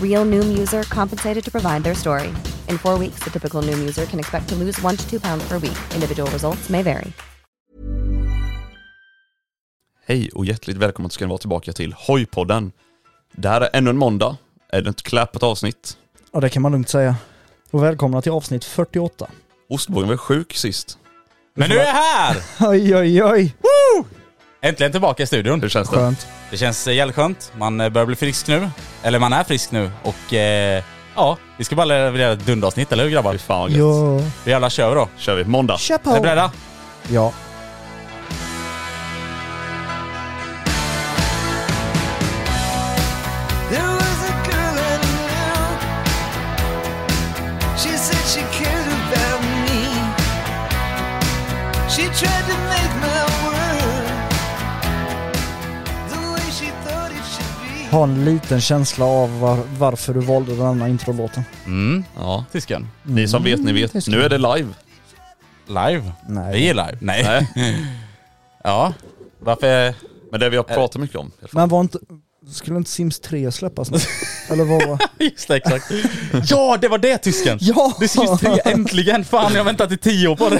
Real Noom user compensated to provide their story. In four weeks, the typical Noom user can expect to lose one to two pounds per week. Individual results may vary. Hej och hjärtligt välkomna ska ni vara tillbaka till Hojpodden. Det här är ännu en måndag, är det inte klappat avsnitt. Ja, det kan man lugnt säga. Och välkomna till avsnitt 48. Ostbågen var sjuk sist. Men nu är jag här! Oj, oj, oj. Äntligen tillbaka i studion. Hur känns det? Skönt. Det känns eh, jävligt skönt. Man eh, börjar bli frisk nu. Eller man är frisk nu. Och eh, ja, vi ska bara leverera ett dundavsnitt, eller hur grabbar? Fy fan vad gött. Ja. Vi jävla kör vi då. kör vi. Måndag. Kör på. Är ni beredda? Ja. There was a girl I knew. She said she cared about me. She tried to make my world the way she thought it should be. Ha en liten känsla av var, varför du valde den andra introlåten. Mm. Ja. Tysken. Ni som vet, ni Mm, vet. Nu är det live. Live? Nej. Vi är live. Nej. Nej. Ja. Varför? Eh, Men det vi har pratat mycket om. Men var inte... Skulle inte Sims 3 släppas nu? Eller vad var... Just det, exakt. ja, det var det tysken! Ja! Det syns tre, äntligen! Fan, jag har väntat i tio år på det.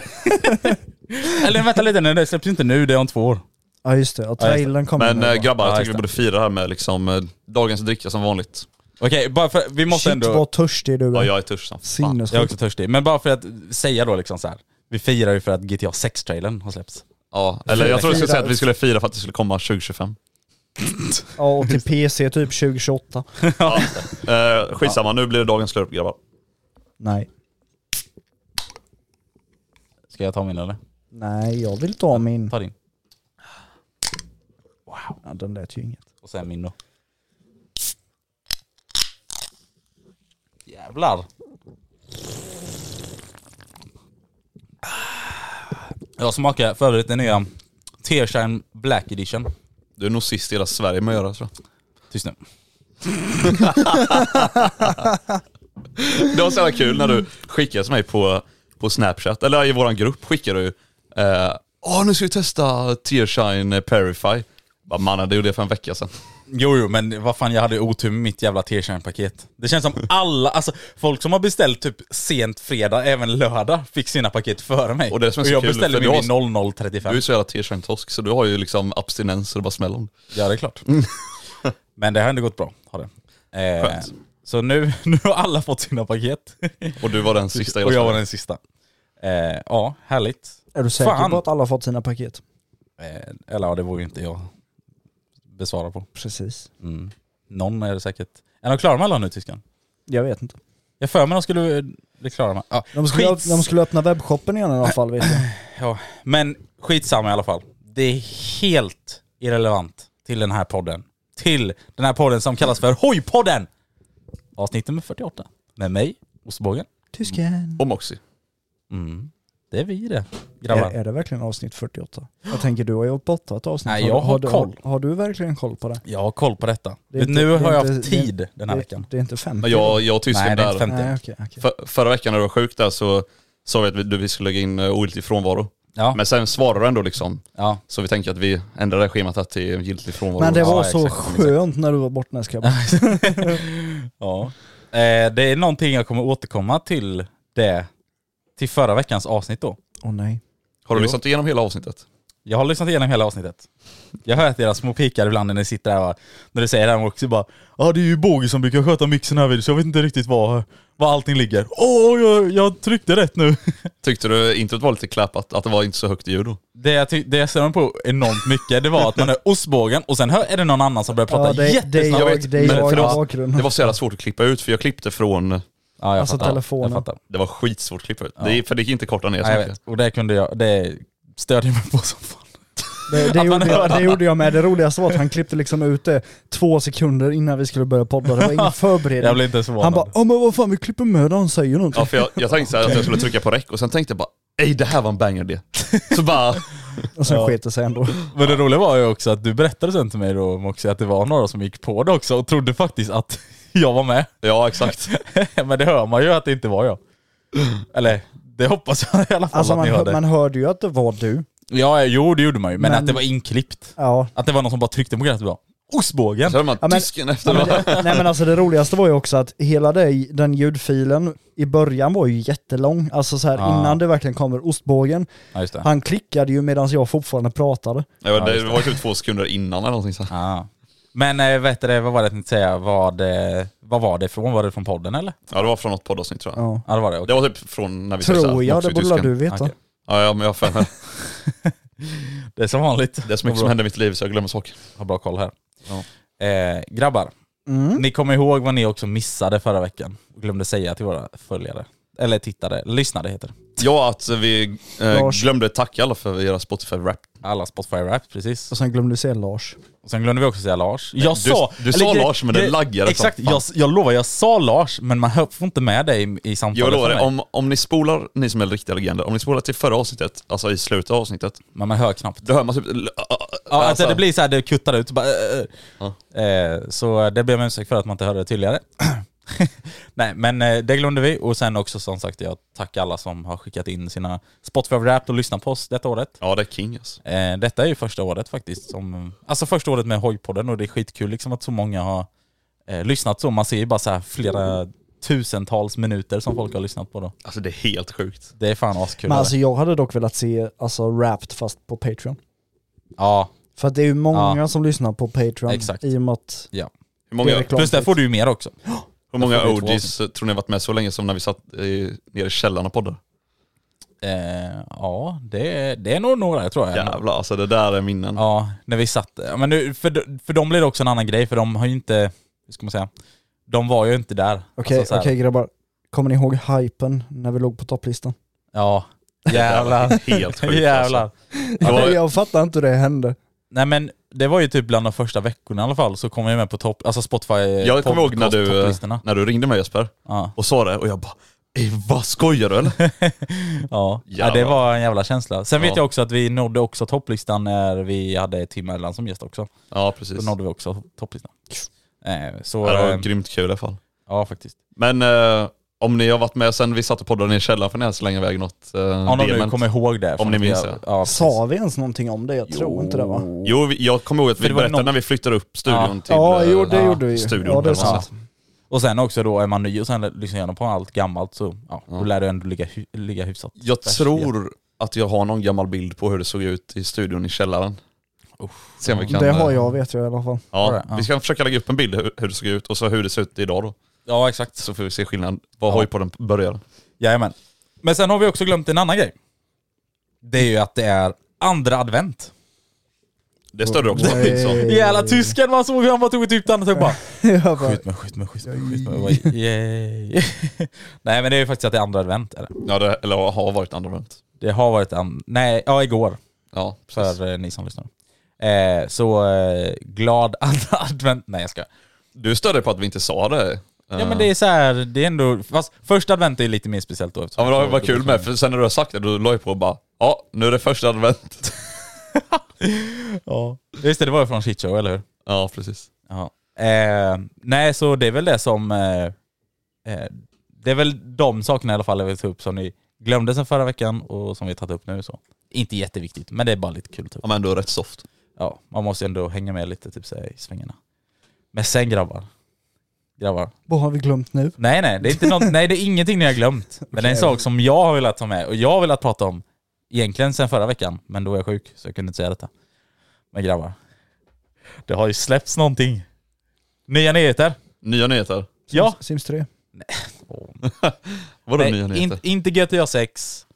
Eller vänta lite nu, det släpps inte nu, det är om två år. Ja just det, ja, trailern kommer Men nu. äh, grabbar, jag Ja, tycker just vi det. borde fira det här med liksom eh, dagens dricka som vanligt. Okej, bara för, vi måste Shit ändå... vad törstig du Ja, är. jag är törstig som fan. Jag är Sinnessjukt. också törstig. Men bara för att säga då liksom så här. Vi firar ju för att GTA 6-trailern har släppts. Ja, eller jag tror du skulle Fira. säga att vi skulle fira för att det skulle komma 2025. Ja och till PC typ 2028. Ja. Eh, skitsamma, nu blir det dagens slurp grabbar. Nej. Ska jag ta min eller? Nej, jag vill ta min. Ta din. Ja, den lät ju inget. Och sen min då. Jävlar. Jag smakar för övrigt den nya Tearshine Black Edition. Du är nog sist i hela Sverige med att göra tror Tyst nu. jag. Det var så jävla kul när du skickade till mig på, på Snapchat, eller i våran grupp skickade du eh, Åh nu ska vi testa Tearshine Perify. Bara mannen det gjorde jag för en vecka sedan. Jo, jo, men vad fan jag hade otur med mitt jävla T-shirt-paket. Det känns som alla, alltså folk som har beställt typ sent fredag, även lördag, fick sina paket före mig. Och det som är så jag kul, beställde för du min vid har- Du 00.35. är så jävla Tearshine-tosk så du har ju liksom abstinens så det bara smäller om. Ja, det är klart. men det har ändå gått bra, har det. Eh, Skönt. Så nu, nu har alla fått sina paket. Och du var den sista i hela Och jag var Sverige. den sista. Eh, ja, härligt. Är du säker Fan. på att alla har fått sina paket? Eh, eller ja, det vore ju inte jag besvara på. Precis. Mm. Någon är det säkert. Är de klara med alla nu, tyskan? Jag vet inte. Jag för mig de skulle eh, bli klara med. Ja, De skulle, skits- de skulle öppna webbshoppen igen i alla fall vet jag. Ja, men skitsamma i alla fall. Det är helt irrelevant till den här podden. Till den här podden som kallas för Hojpodden! Avsnitt nummer 48. Med mig, Ostbågen. Tysken. Och Moxie. Det är vi det, grabbar. Är, är det verkligen avsnitt 48? Jag tänker du har ju varit borta ett avsnitt. Nej, du- jag har du, koll. Har, du verkligen koll på det? Jag har koll på detta. Det är inte- nu det är har jag inte- haft det är- tid den här det, veckan. Det är inte 50? Men jag, jag och Nej, tysken det är inte där. fem- Nej okej. okej. För, förra veckan när du var sjuk där så sa vi att vi, du- vi skulle lägga in eh, ogiltig frånvaro. Ja. Men sen svarar du ändå liksom. Ja. Så vi tänker att vi ändrar det här schemat här till giltig frånvaro. Men det Ja, var så exakt, exakt. skönt när du var bortnäskabbe. ja. Eh, det är någonting jag kommer återkomma till det, till förra veckans avsnitt då. Åh nej. Har du Jo. lyssnat igenom hela avsnittet? Jag har lyssnat igenom hela avsnittet. Jag hör att era små pikar ibland när ni sitter där och när du säger det här också bara Ja det är ju Båge som brukar sköta mixen här vid så jag vet inte riktigt var, var allting ligger. Åh, jag, jag tryckte rätt nu. Tyckte du introt var lite klappat? Att det var inte så högt ljud då? Det jag, ty- det jag ser på enormt mycket det var att man hör ostbågen och sen hör, är det någon annan som börjar prata Ja, det- det är jättesnabbt. jag- det är Men- jag för i det var- bakgrunden. Det var så jävla svårt att klippa ut för jag klippte från... Ja, jag Alltså fattar. telefonen. Jag fattar. Det var skitsvårt att klippa ut. Det, för det gick inte att korta ner så Ja, jag mycket. vet. Och det kunde jag, det störde jag mig på som fan. Det, det, Att man gjorde jag, det gjorde jag med. Det roligaste var att han klippte liksom ut det två sekunder innan vi skulle börja podda. Det var ingen förberedning. Jag blev inte förvånad. Han bara "Ja, men vad fan vi klipper med det, han säger någonting. Ja, för jag, jag tänkte så här att jag skulle trycka på räck och sen tänkte jag bara Ej det här var en banger det. Så bara, Och sen sket det sig ändå. Men det roliga var ju också att du berättade sen till mig då Moxie att det var några som gick på det också och trodde faktiskt att jag var med. ja exakt. Men det hör man ju att det inte var jag. Eller det hoppas jag i alla fall Alltså att man, ni hör, hörde. man hörde ju att det var du. Ja, jo det gjorde man ju. Men, Men- att det var inklippt. Ja. Att det var någon som bara tryckte på grejen och bara Ostbågen! Så hör man Ja, men- tysken Ja, efter. men, det- nej men alltså det roligaste var ju också att hela det, den ljudfilen i början var ju jättelång. Alltså så här Ah. innan det verkligen kommer ostbågen. Ja just det. Han klickade ju medan jag fortfarande pratade. Ja, det var typ två sekunder innan eller någonting så. här. Ja. Men äh, vet du, det, vad var det jag tänkte säga? Vad, eh, vad var det från? Var det från podden eller? Ja det var från något poddavsnitt tror jag. Ja. Ja det var det. okej. Det var typ från när vi så här, Tror jag, Moxie det i borde tysken. väl du veta. Okej. Ja, ja men jag har för mig. Det är som vanligt. Det är så mycket som händer i mitt liv så jag glömmer saker. Har bra koll här. Eh, grabbar, ni kommer ihåg vad ni också missade förra veckan och glömde säga till våra följare. Eller tittare, lyssnare heter det. Ja att vi eh, Lars. glömde tacka alla för era Spotify-rap. Alla Spotify Raps, precis. Och sen glömde du säga Lars. Och sen glömde vi också säga Lars. Jag du- sa, du sa Lars, men det laggade som Exakt, fan. jag, jag lovar, jag sa Lars, men man hör, får inte med dig i, i samtalet. Jag lovar för det, mig. om, om ni spolar, ni som är riktiga legender, om ni spolar till förra avsnittet, alltså i slutet av avsnittet, Men man hör knappt. då hör man typ... Ja, alltså, det blir så här, det kuttar ut. Bara, eh, eh. Eh, så det ber jag om ursäkt för att man inte hörde det tydligare. Nej, men eh, det glömde vi. Och sen också som sagt, jag tackar alla som har skickat in sina Spotify Wrapped och lyssnat på oss detta året. Ja det är king alltså. Eh, detta är ju första året faktiskt. Som, alltså första året med Hojpodden och det är skitkul liksom att så många har eh, lyssnat så. Man ser ju bara så här flera tusentals minuter som folk har lyssnat på då. Alltså det är helt sjukt. Det är fan askul. Men är det? alltså jag hade dock velat se alltså Wrapped fast på Patreon. ja, För att det är ju många Ja. som lyssnar på Patreon Exakt. i och med att ja. Hur Det är många, reklam. Plus där får du ju mer också. hur många Där får vi två OGs tror ni har varit med så länge som när vi satt i, nere i källaren och poddade? Eh, ja, det, det är nog några tror jag. Jävlar alltså det där är minnen. Mm. Ja, när vi satt. ja, Men nu, för, för dem blir det också en annan grej för de har ju inte, hur ska man säga, de var ju inte där. Okej, Alltså så här, okej grabbar. Kommer ni ihåg hypen när vi låg på topplistan? Ja, där var jävlar. helt sjukt, jävlar. alltså. Det var- Jag fattar inte hur det hände. Nej men det var ju typ bland de första veckorna i alla fall så kom jag med på topp, alltså Spotify Jag kommer ihåg när du, eh, topplistorna. när du ringde mig Jesper Ja. och sa det och jag bara Ey, vad skojar du eller? Ja. ja, det Jävlar. var en jävla känsla. Sen vet Ja. jag också att vi nådde också topplistan när vi hade Tim Erland som gäst också. Ja Då precis. nådde vi också topplistan. Eh, så, Ja, Det var ehm, eh, grymt kul i alla fall. ja faktiskt. Men eh, om ni har varit med sen vi satt och poddade nere i källaren får ni gärna slänga iväg något eh, Om de nu DM. kommer ihåg det. Om ni minns det. det. Ja, precis. typ, Sa vi ens någonting om det? Jag tror inte det va? Jo, vi- jag kommer ihåg att För vi det var ju berättade någon- när vi flyttade upp studion Ja. till ja, eh, jo, det ja, gjorde vi. studion. ja, det är eller vad man sant. säger. Och sen också då är man ny och sen lyssnar igenom på allt gammalt så ja, då lär det ändå ligga, hy- ligga hyfsat. Jag färskt. tror att jag har någon gammal bild på hur det såg ut i studion i källaren. Se om vi kan, Det eh, har jag vet jag i alla fall. Ja, Har det? Ja. Vi ska försöka lägga upp en bild hur, hur det såg ut och så hur det ser ut idag då. Ja exakt. Så får vi se skillnad. Vad har ju på den börjar. Jajamän. Men sen har vi också glömt en annan grej. Det är ju att det är andra advent. Det störde också på Nilsson. Jävla tysken man såg hur han bara tog ett djupt andetag bara Jag bara, Skjut mig, skjut mig, skjut mig, skjut mig. Jag bara, Yay. Nej men det är ju faktiskt att det är andra advent är det. Ja, det, eller har varit andra advent. Det har varit an- Nej, ja igår. Ja, precis. För eh, ni som lyssnar. Eh, så eh, glad andra advent. Nej jag ska. Du störde på att vi inte sa det. Ja men det är så här, det är ändå... Fast första advent är lite mer speciellt då. Ja men det var kul med, för sen när du har sagt det då la jag på och bara Ja, nu är det första advent. Ja. Just det, det var ju från Shit Show, eller hur? Ja, precis. Ja. Eh, nej, så det är väl det som... Eh, eh, det är väl de sakerna i alla fall jag vill ta upp som ni glömde sen förra veckan och som vi har tagit upp nu. Så. Inte jätteviktigt, men det är bara lite kul. Typ. Ja, men ändå rätt soft. Ja, man måste ändå hänga med lite typ, så här, i svängarna. Men sen grabbar. Grabbar. Vad har vi glömt nu? Nej nej, det är, inte något, nej, det är ingenting ni har glömt. Men det är en sak som jag har velat ta med och jag har velat prata om egentligen sen förra veckan, men då var jag sjuk så jag kunde inte säga detta. Men grabbar, det har ju släppts någonting. Nya nyheter. Nya nyheter. Ja. Sims 3. Vadå nya Nej, nyheter? in, inte GTA 6,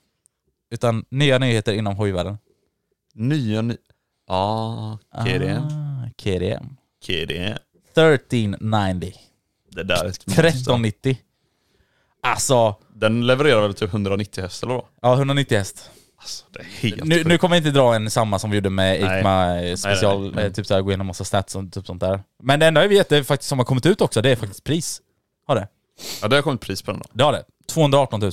utan nya nyheter inom hojvärlden. Nya ny... Ja, ah, KDM. Ah, KDM. KDM. 1390. Det där är ett monster. 1390. Alltså, Den levererar väl typ 190 häst eller vad? ja 190 häst. Alltså det är helt Nu, sjukt. nu kommer jag inte dra en samma som vi gjorde med Nej. Ikma eh, special, Nej, nej, nej. eh, typ såhär gå igenom massa stats och typ sånt där. Men det enda jag vet är faktiskt som har kommit ut också, det är faktiskt pris. Har det? Ja det har kommit pris på den då. Det har det. 218 000.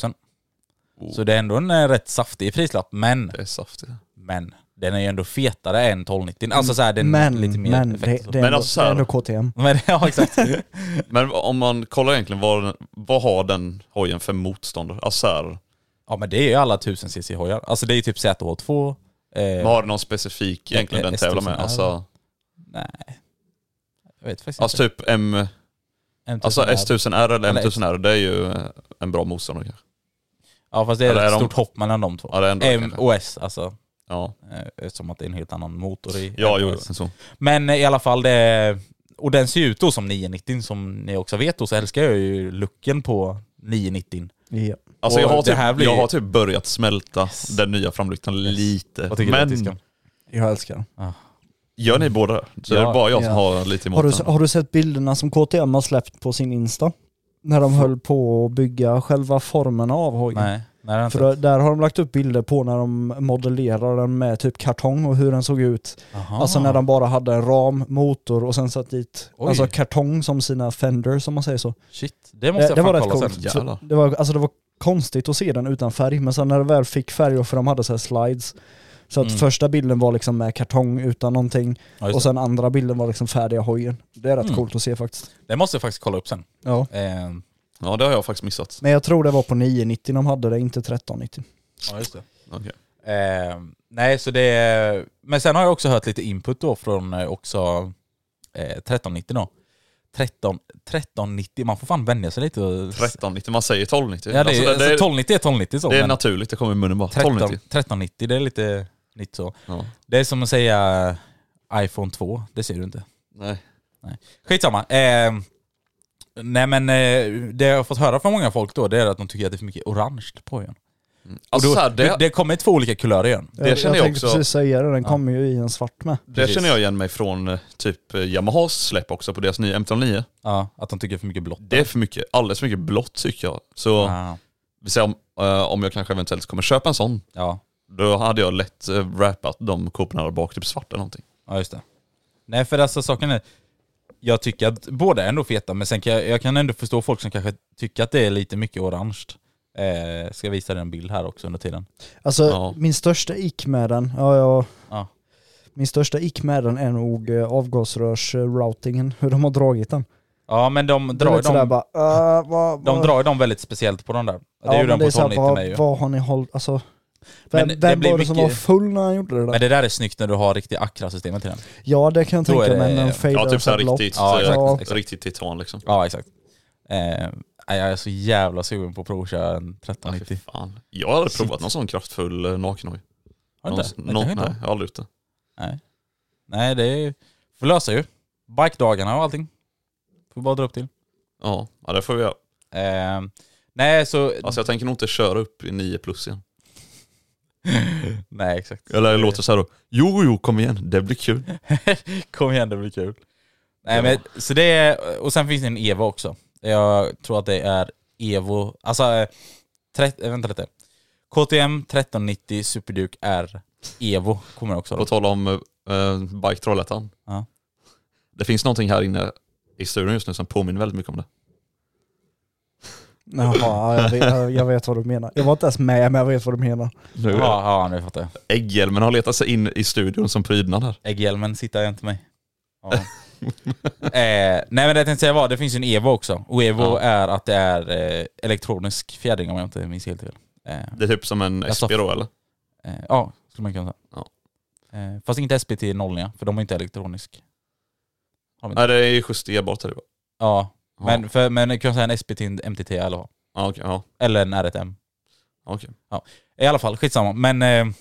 Oh. Så det är ändå en eh, rätt saftig prislapp, men, Det är saftigt. men, den är ju ändå fetare än 1290. Alltså såhär, den är Men, lite mer men, det, det, är effekt. och så. ändå, det alltså så är här- ändå KTM. Men, ja exakt. Men om man kollar egentligen vad, vad har den hojen för motståndare? Alltså så här, ja men det är ju alla 1000 cc-hojar. Alltså det är ju typ ZH2. Eh, har den någon specifik egentligen den S1000 tävlar med? Alltså, Nej. Jag vet faktiskt alltså inte. typ M, alltså S1000R eller Typ Eller M1000R, det är ju eh, en bra motståndare kanske. Ja fast det är Eller ett är de- stort hopp mellan de två. Ja, det är ändå det M kanske. och S alltså. Ja, Eh, Eftersom att det är en helt annan motor i ja i- jo, så. Men eh, i alla fall det är, Och den ser ju ut då som 990 som ni också vet och så älskar jag ju looken på 990. Ja. Alltså Och jag har, det typ, här blir- jag har typ börjat smälta den nya framlyktan lite. Vad tycker Men du Ah, Tiskan? Jag älskar den. gör ni båda det? Så Ja. det är bara jag Ja. som har lite emot Har du, den. har du sett bilderna som KTM har släppt på sin Insta? När de höll på att bygga själva formen av hojen. Nej, nej det har jag inte. För där har de lagt upp bilder på när de modellerar den med typ kartong och hur den såg ut. Aha. Alltså när de bara hade en ram, motor och sen satt dit Ah. Oj. alltså kartong som sina fender som man säger så. Shit, det Eh, Det, måste jag det fan var rätt kolla coolt. sen. Jävlar. Det var, alltså det var konstigt att se den utan färg men sen när det väl fick färg och för de hade så här slides så att Mm. första bilden var liksom med kartong utan någonting Ja, just och det. sen andra bilden var liksom färdiga hojen. Det är rätt Mm. coolt att se faktiskt. det måste jag faktiskt kolla upp sen. Ja. Eh, Ja det har jag faktiskt missat. Men jag tror det var på 990 de hade det, inte 1390. ja, just det. Okej. Eh, nej, så det är, Men sen har jag också hört lite input då från eh, också eh, 1390 då. 13, 1390, man får fan vänja sig lite. och- 1390, man säger 1290. Ja, det, är- Alltså, alltså, det, det, är, 1290 är 1290 så. det är men naturligt, det kommer i munnen bara. 13, 1290. 1390, det är lite nytt så. Ja. Det är som att säga iPhone 2, det ser du inte. Nej. Skitsamma. Eh, nej men eh, det jag har fått höra från många folk då, det är att de tycker att det är för mycket orange på igen. Alltså då, så här, det, det, det kommer två olika kulörer igen. Det känner jag tänkte också. precis säga det, den kommer ju i en svart med. det känner jag igen mig från eh, typ eh, Yamahas släpp också på deras nya M109. Ja, att de tycker för mycket blått. Det är för mycket, alldeles för mycket blått tycker jag. Så Ja. vi säger om, eh, om jag kanske eventuellt kommer köpa en sån, Ja, då hade jag lätt eh, wrappat de koporna där bak, typ svart eller någonting. ja just det. Nej för alltså saken är, jag tycker att båda är ändå feta men sen kan jag, jag kan ändå förstå folk som kanske tycker att det är lite mycket orange. Eh, ska jag visa dig en bild här också under tiden. Alltså Ja. min största ick med den, ja, ja, Ja. min största ick med den är nog eh, avgasrörsroutingen, hur de har dragit den. Ja men de Det är drar, lite sådär de, bara, äh, vad, de vad- drar ju dem väldigt speciellt på den där. Det Ja, gjorde men de på så här, 1290 med ju. vad, vad har ni hållit, alltså vem, Men det vem blir var det som var mycket- full när han gjorde det där? Men det där är snyggt när du har riktigt Accra-systemet till den. ja det kan jag Då är tänka mig, men det- ja, den fadear Ja, typ såhär för blått. riktigt, Ja, eh, exakt, Ja. exakt. riktigt titan liksom. Ja exakt. Eh, nej, jag är så jävla sugen på att provköra en Ja, fy 1390. fan. Jag har aldrig Shit. provat någon sån kraftfull eh, nakenhoj. Har du Någon- inte? Det någon- kan jag inte nej, ha. jag har aldrig gjort det. Nej det är, får lösa ju. Bikedagarna och allting. Får bara dra upp till. Ja, ja det får vi göra. Eh, nej så... Alltså jag tänker nog inte köra upp i 9 plus igen. nej exakt. Eller jag låter så här då, jo jo kom igen, det blir kul. Kom igen, det blir kul. Nej, Ja. men, så det är, och sen finns det en Evo också. Jag tror att det är Evo, alltså, eh, trett- eh, vänta lite. KTM 1390 Superduke R Evo kommer också. På Då. tal om uh, Bike Trollhättan. Ja. Det finns någonting här inne i studion just nu som påminner väldigt mycket om det. Jaha, ja, jag, vet, jag- jag vet vad du menar. Jag var inte ens med men jag vet vad du menar. Nu Ja, ja, nu fattar jag. Ägghjälmen har letat sig in i studion som prydnad här. Ägghjälmen sitter jag inte med. Ja. eh, nej men det jag tänkte säga var, det finns ju en Evo också. Och Evo Ja. är att det är eh, elektronisk fjädring om jag inte minns helt fel. Eh, Det är typ som en Jag sa- SP då eller? eh, ja, skulle man kunna säga. Ja. Eh, fast inte SPT09, för de är inte elektronisk. Nej det är ju justerbart. är det bara. Ja, Ja. men, för, men jag kan säga en SPT MTT eller vad. Ja, okej. Ja, Eller en R1M. okej. I alla fall, skitsamma. Men, eh,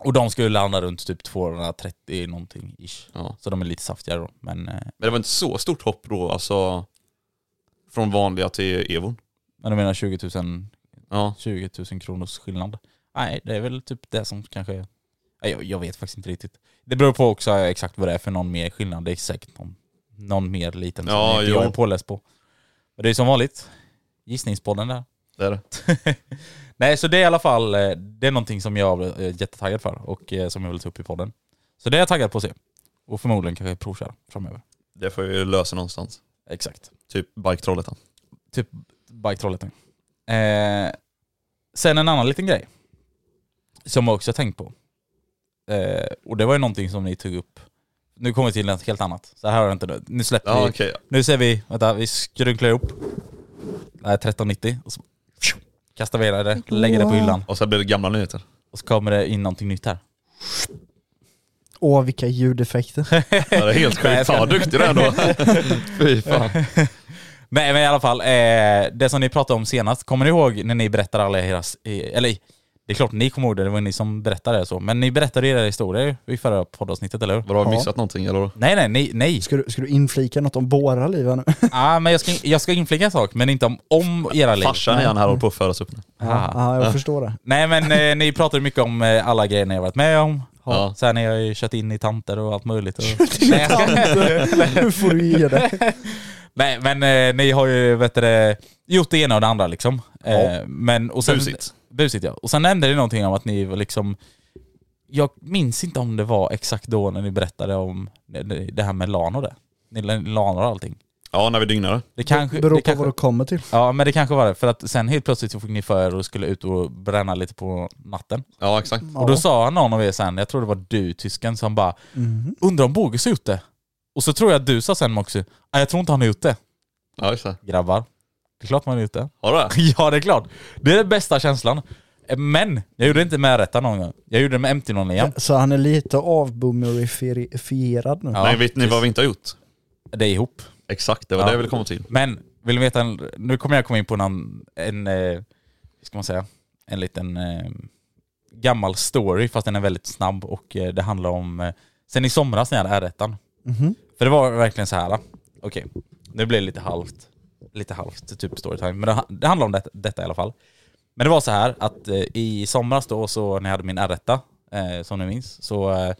och de skulle landa runt typ 230 någonting ish. Ja. Så de är lite saftigare då. Men, eh, Men det var inte så stort hopp då alltså. Från vanliga till evon. men du menar 20 000, Ja. 20 000 kronors skillnad? Nej, det är väl typ det som kanske... Nej, Jag, jag vet faktiskt inte riktigt. Det beror på också exakt vad det är för någon mer skillnad. Det är säkert någon, någon mer liten som Ja, inte jag jo. är påläst på. Och det är som vanligt, gissningspodden där. Det är det. Nej, så det är i alla fall eh, det är någonting som jag är eh, jättetaggad för och eh, som jag vill ta upp i podden. Så det är jag taggad på att se. Och förmodligen kanske provköra framöver. Det får vi lösa någonstans. Exakt. Typ Bike Trollhättan. Typ Bike Trollhättan. Eh, sen en annan liten grej. Som jag också har tänkt på. Eh, och det var ju någonting som ni tog upp. Nu kommer vi till något helt annat. Så här har jag inte... Nu släpper Ja vi... okej. Nu ser vi... Vänta, vi skrynklar ihop. Det här är 1390. Och så kastar vi det, lägger det på hyllan. Och så blir det gamla nyheter. Och så kommer det in någonting nytt här. Åh vilka ljudeffekter. Ja, det är helt Nej, jag sjukt. ska- Fan vad duktig du är ändå. Fy fan. Nej men i alla fall, eh, det som ni pratade om senast, kommer ni ihåg när ni berättade alla era, eh, eller det är klart ni kommer ihåg det, det var ni som berättade det så, men ni berättade era historier i förra poddavsnittet eller hur? Vadå, har vi Ja. missat någonting eller? vadå? Nej nej, nej, nej. Ska du, ska du inflika något om våra liv här nu? Ah, men jag, ska, jag ska inflika en sak, men inte om, om era liv. Farsan igen här håller på att födas upp nu. Ja, ja jag förstår det. Nej men eh, ni pratade mycket om eh, alla grejer ni har varit med om. Ja. Sen har jag ju kört in i tanter och allt möjligt. Och... Dina tanter, nu får du ge det. Nej men eh, ni har ju vet du, det, gjort det ena och det andra liksom. Eh, men, och sen, Busigt. Busigt ja. Och sen nämnde ni någonting om att ni var liksom... Jag minns inte om det var exakt då när ni berättade om det- det det här med LAN och det. Ni LANar och allting. Ja, när vi dygnade. Det kanske... Beror det på kanske, vad du kommer till. Ja men det kanske var det. För att sen helt plötsligt så fick ni för er och skulle ut och bränna lite på natten. Ja, exakt. Och då sa någon av er sen, jag tror det var du tysken, som bara Mhm. Undrar om Bogus har gjort det? Och så tror jag att du sa sen också, "Nej, jag tror inte han har gjort det. Ja, just det. Grabbar, det är klart man har gjort det. Har du det? Ja det är klart. Det är den bästa känslan. Men jag gjorde inte med rätta någon gång. Jag gjorde det med MT-0 igen. Så han är lite avboomerifierad nu. Ja, Nej, vet ni precis. vad vi inte har gjort? Det är ihop. Exakt, det var Ja. det jag ville komma till. Men vill ni veta, en, nu kommer jag komma in på någon, en, eh, hur ska man säga, en liten eh, gammal story fast den är väldigt snabb och eh, det handlar om, eh, sen i somras när jag hade r För det var verkligen så här. eh, okej, nu blir det lite halvt, lite halvt typ storytime, men det, det handlar om det, detta i alla fall. Men det var så här att eh, i somras då, så när jag hade min r eh, som ni minns, så eh,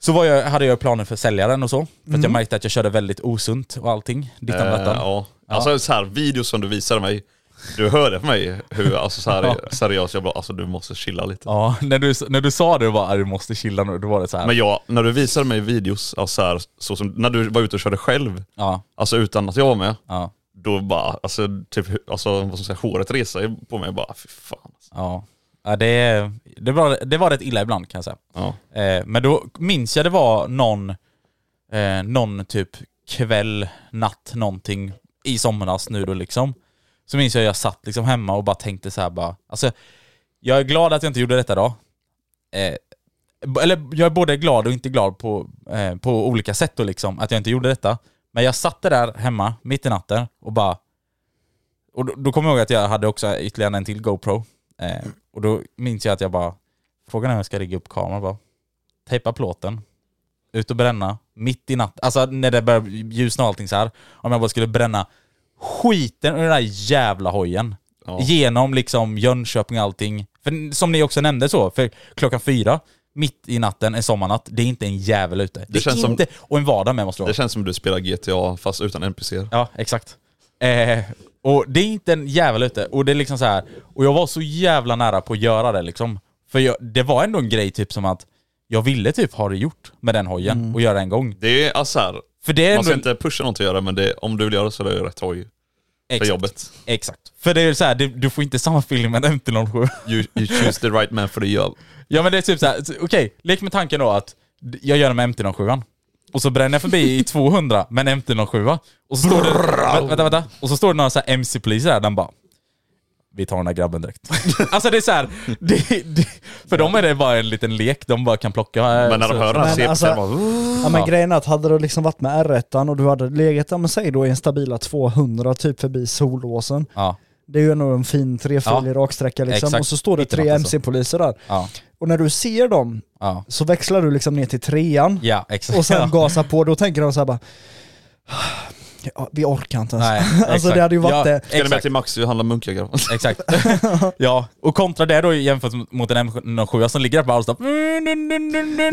så var jag, hade jag planer för att sälja den och så. För att jag märkte att jag körde väldigt osunt och allting. Dittan och Mm. Eh, dattan. ja. Alltså så här, videos som du visade mig. Du hörde på mig hur alltså, så här, seriöst jag bara, alltså du måste chilla lite. Ja, när du, när du sa det och bara "Ah, du måste chilla nu, då var det så här. Men jag, när du visade mig videos, alltså, så här, så som, när du var ute och körde själv, ja, alltså utan att jag var med, ja, då bara, alltså, typ, hu- alltså vad ska man säga, håret reste sig på mig bara, fy fan. alltså. ja. ja det, det, var, det var rätt illa ibland kan jag säga. Ja. Eh, men då minns jag det var någon, eh, någon typ kväll, natt, någonting i somras nu då liksom. Så minns jag jag satt liksom hemma och bara tänkte så här bara, alltså jag är glad att jag inte gjorde detta då. Eh, b- eller jag är både glad och inte glad på, eh, på olika sätt då liksom, att jag inte gjorde detta. Men jag satt där hemma mitt i natten och bara, och då, då kommer jag ihåg att jag hade också ytterligare en till GoPro. Eh, och då minns jag att jag bara, frågan är om jag ska rigga upp kameran bara tejpa plåten, ut och bränna, mitt i natten, alltså när det börjar ljusna och allting så här. Om jag bara skulle bränna skiten ur den här jävla hojen. Ja. Genom liksom Jönköping och allting. För som ni också nämnde så, för klockan fyra, mitt i natten, en sommarnatt, det är inte en jävel ute. Det, känns är som- inte, och en vardag med måste det Det vara. känns som du spelar GTA fast utan NPCer. Ja, exakt. Eh, och det är inte en jävel ute. Och det är liksom så här. Och jag var så jävla nära på att göra det liksom. För jag, det var ändå en grej typ som att jag ville typ ha det gjort med den hojen och göra en gång. Det är alltså så här, För det är Mm. man ändå... ska inte pusha någon till att göra men det, om du vill göra det så är det ju rätt hoj för exakt, jobbet. Exakt. För det är ju så här, det, du får inte samma film med en MT-07. You, you choose the right man for the job. Ja men det är typ såhär, okej, lek med tanken då att d- jag gör det med MT-07 och så bränner jag förbi i 200 med en MT-07 och så står det, vä- vänta, vänta, och så står det några såhär MC-poliser där, den bara vi tar den här grabben direkt. alltså det är så här, det, det, för dem är det bara en liten lek, de bara kan plocka. eh, Men när de så- hör den här Men CP alltså- så bara... Ja men Ja. grejen är att hade du liksom varit med R1 och du hade legat, ja men säg då i en stabila 200 typ förbi Solåsen. Ja, Det är ju ändå en fin trefilig Ja. raksträcka liksom. Exakt. Och så står det Mitten tre att alltså. MC-poliser där. ja, Och när du ser dem ja. så växlar du liksom ner till trean Ja, exakt. och sen ja. gasar på. Då tänker de så här bara, "Ah, "Ja, vi orkar inte ens. Nej, alltså exakt. det hade ju varit ja, det. Ska ni med Exakt. till Maxi och handla munkar grabbar? Exakt. ja, och kontra det då jämfört mot en M07 som ligger där på Alstorp.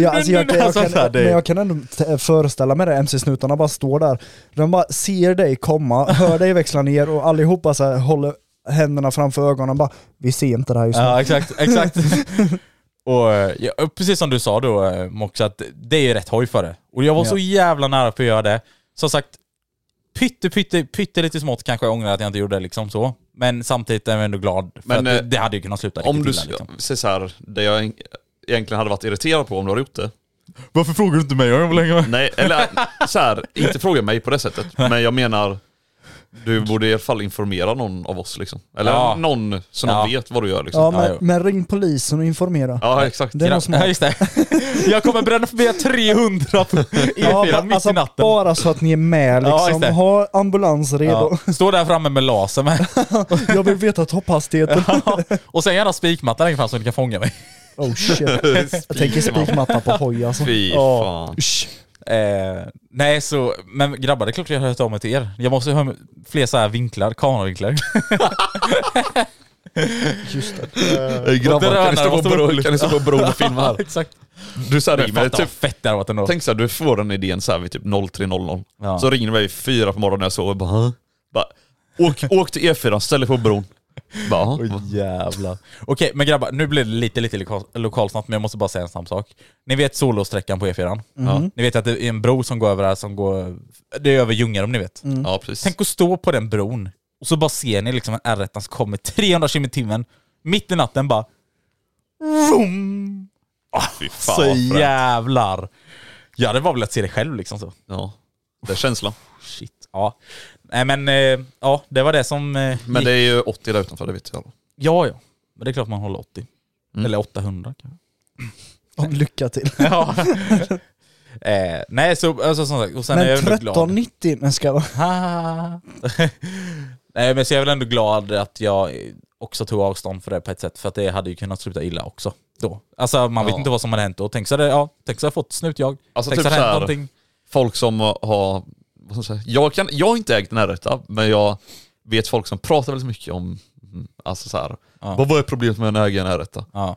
Ja, alltså jag, kan, jag, Alltså, kan, så här, det- men jag kan ändå t- föreställa mig det, MC-snutarna bara står där. De bara ser dig komma, hör dig växla ner och allihopa så här, håller händerna framför ögonen bara Vi ser inte det här just nu. Ja, exakt. exakt. och eh, ja, precis som du sa då eh, Mox, att det är ju rätt hoj för det. Och jag var så jävla nära på att göra det. Som sagt, pytte, pytte, pytte lite smått kanske jag ångrar att jag inte gjorde det liksom så. Men samtidigt är jag ändå glad, för Men, att det, eh, det hade ju kunnat sluta Om du riktigt illa, liksom. säger så här, det jag eng- egentligen hade varit irriterad på om du hade gjort det. Varför frågar du inte mig om jag vill hänga med? Nej, eller så här, inte fråga mig på det sättet. Men jag menar, du borde i alla fall informera någon av oss liksom. Eller Ja. någon som Ja. vet vad du gör liksom. Ja, Ja, men, jo. men ring polisen och informera. exakt. Det är någon som har- Ja just det. Jag kommer bränna förbi 300 på E4 Ja, mitt alltså i natten. bara så att ni är med Ja, liksom. just det. ha ambulans redo. Ja. Står där framme med laser med. Jag vill veta topphastigheten. Ja. Och sen gärna spikmatta längre fram så ni kan fånga mig. Oh shit. Jag tänker spikmatta på hoj alltså. Fy Ja. fan. Usch. Eh, nej så, men grabbar det är klart jag har hört av mig till er. Jag måste ha fler så här vinklar, kameravinklar. Hey, grabbar, kan ni, drönare stå måste på vara bron, rolig. kan ni stå på bron och filma här? Exakt. Du så här, ringer mig, Fatta typ, vad fett det hade varit ändå. tänk så här, du får den idén så här vid typ 03.00. Ja. Så ringer du mig fyra på morgonen när jag sover och bara, "Hä?" bara åk, åk till E4, ställ dig på bron. Bara, "Hä?" Åh, jävlar. Okej men grabbar, nu blir det lite, lite lokal- lokalsnack men jag måste bara säga en snabb sak. Ni vet solosträckan på E4? Ja. Ni vet att det är en bro som går över här som går... Det är över Ljungarum ni vet. ja precis. Mm. Tänk att stå på den bron och så bara ser ni liksom en R1 som kommer 300 km i timmen, mitt i natten bara... Vroom! Fy fan Så vad fränt. jävlar! Ja, det var väl att se det själv liksom så. Ja, det är känslan. Shit. Ja. Nej men, eh, ja det var det som... eh, Men gick- det är ju 80 där utanför, det vet jag. Ja, ja. Men det är klart man håller 80. Mm. Eller 800 kanske. Och lycka till. Ja. eh, nej, så alltså, som sagt, och sen är Men jag ändå glad. 1390, men ska jag... Ah. nej men så är jag väl ändå glad att jag eh, också tog avstånd för det på ett sätt, för att det hade ju kunnat sluta illa också. Då. Alltså man vet Ja. inte vad som hade hänt då. Tänk så hade, ja, tänk så hade jag fått snutjag. Alltså, tänk typ så hade så här. hänt någonting. Folk som har... Vad ska jag, säga? jag, kan, jag har inte ägt den här rätta, men jag vet folk som pratar väldigt mycket om... mm, Alltså så här, Ja. vad, vad är problemet med en äga en R1? Ja,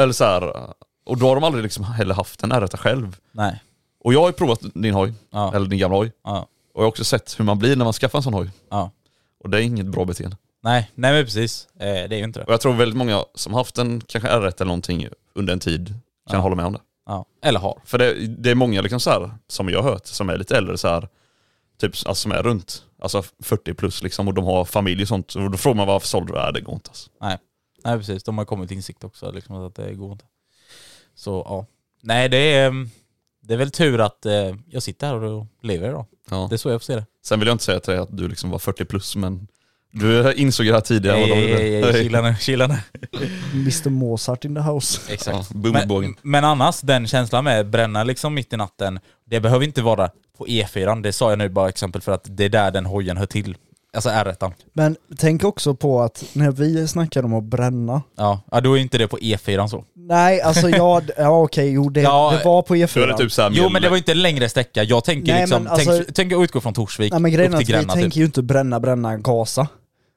Eller så här, och då har de aldrig liksom heller haft en R1 själv. nej. Och jag har ju provat din hoj, Ja. eller din gamla hoj. Ja. Och jag har också sett hur man blir när man skaffar en sån hoj. Ja. Och det är inget bra beteende. Nej, nej men precis. Eh, det är ju inte det. Och jag tror väldigt många som haft en kanske R1 eller någonting under en tid kan hålla med om det. Ja. Eller har. För det, det är många liksom så här, som jag har hört som är lite äldre så här, typ alltså, som är runt alltså 40 plus liksom och de har familj och sånt. Och då frågar man varför sålde du det? här? Det går inte alltså. Nej. nej, precis. De har kommit till insikt också liksom, att det går inte. Så ja. Nej, det är, ehm, det är väl tur att eh, jag sitter här och lever idag. Ja. Det är så jag får se det. Sen vill jag inte säga till dig att du liksom var 40 plus men du insåg det här tidigare. Ej, och då- ej, ej, ej, Chilla nu, chilla nu. Mr Mozart in the house. Exakt. Ja, boombågen. men, men annars, den känslan med bränna liksom mitt i natten, det behöver inte vara på E4, det sa jag nu bara exempel för att det är där den hojen hör till. Alltså R1. Men tänk också på att när vi snackar om att bränna. Ja, ja då är inte det på E4 så. Nej, alltså jag, ja okej, jo det, Ja, det var på E Då är det E4. typ så här Jo mjöl- men det var inte en längre sträcka, jag tänker Nej, liksom, men alltså- tänk, tänk att utgå från Torsvik Nej men grejen är upp att till Gränna vi typ. tänker ju inte bränna, bränna, gasa.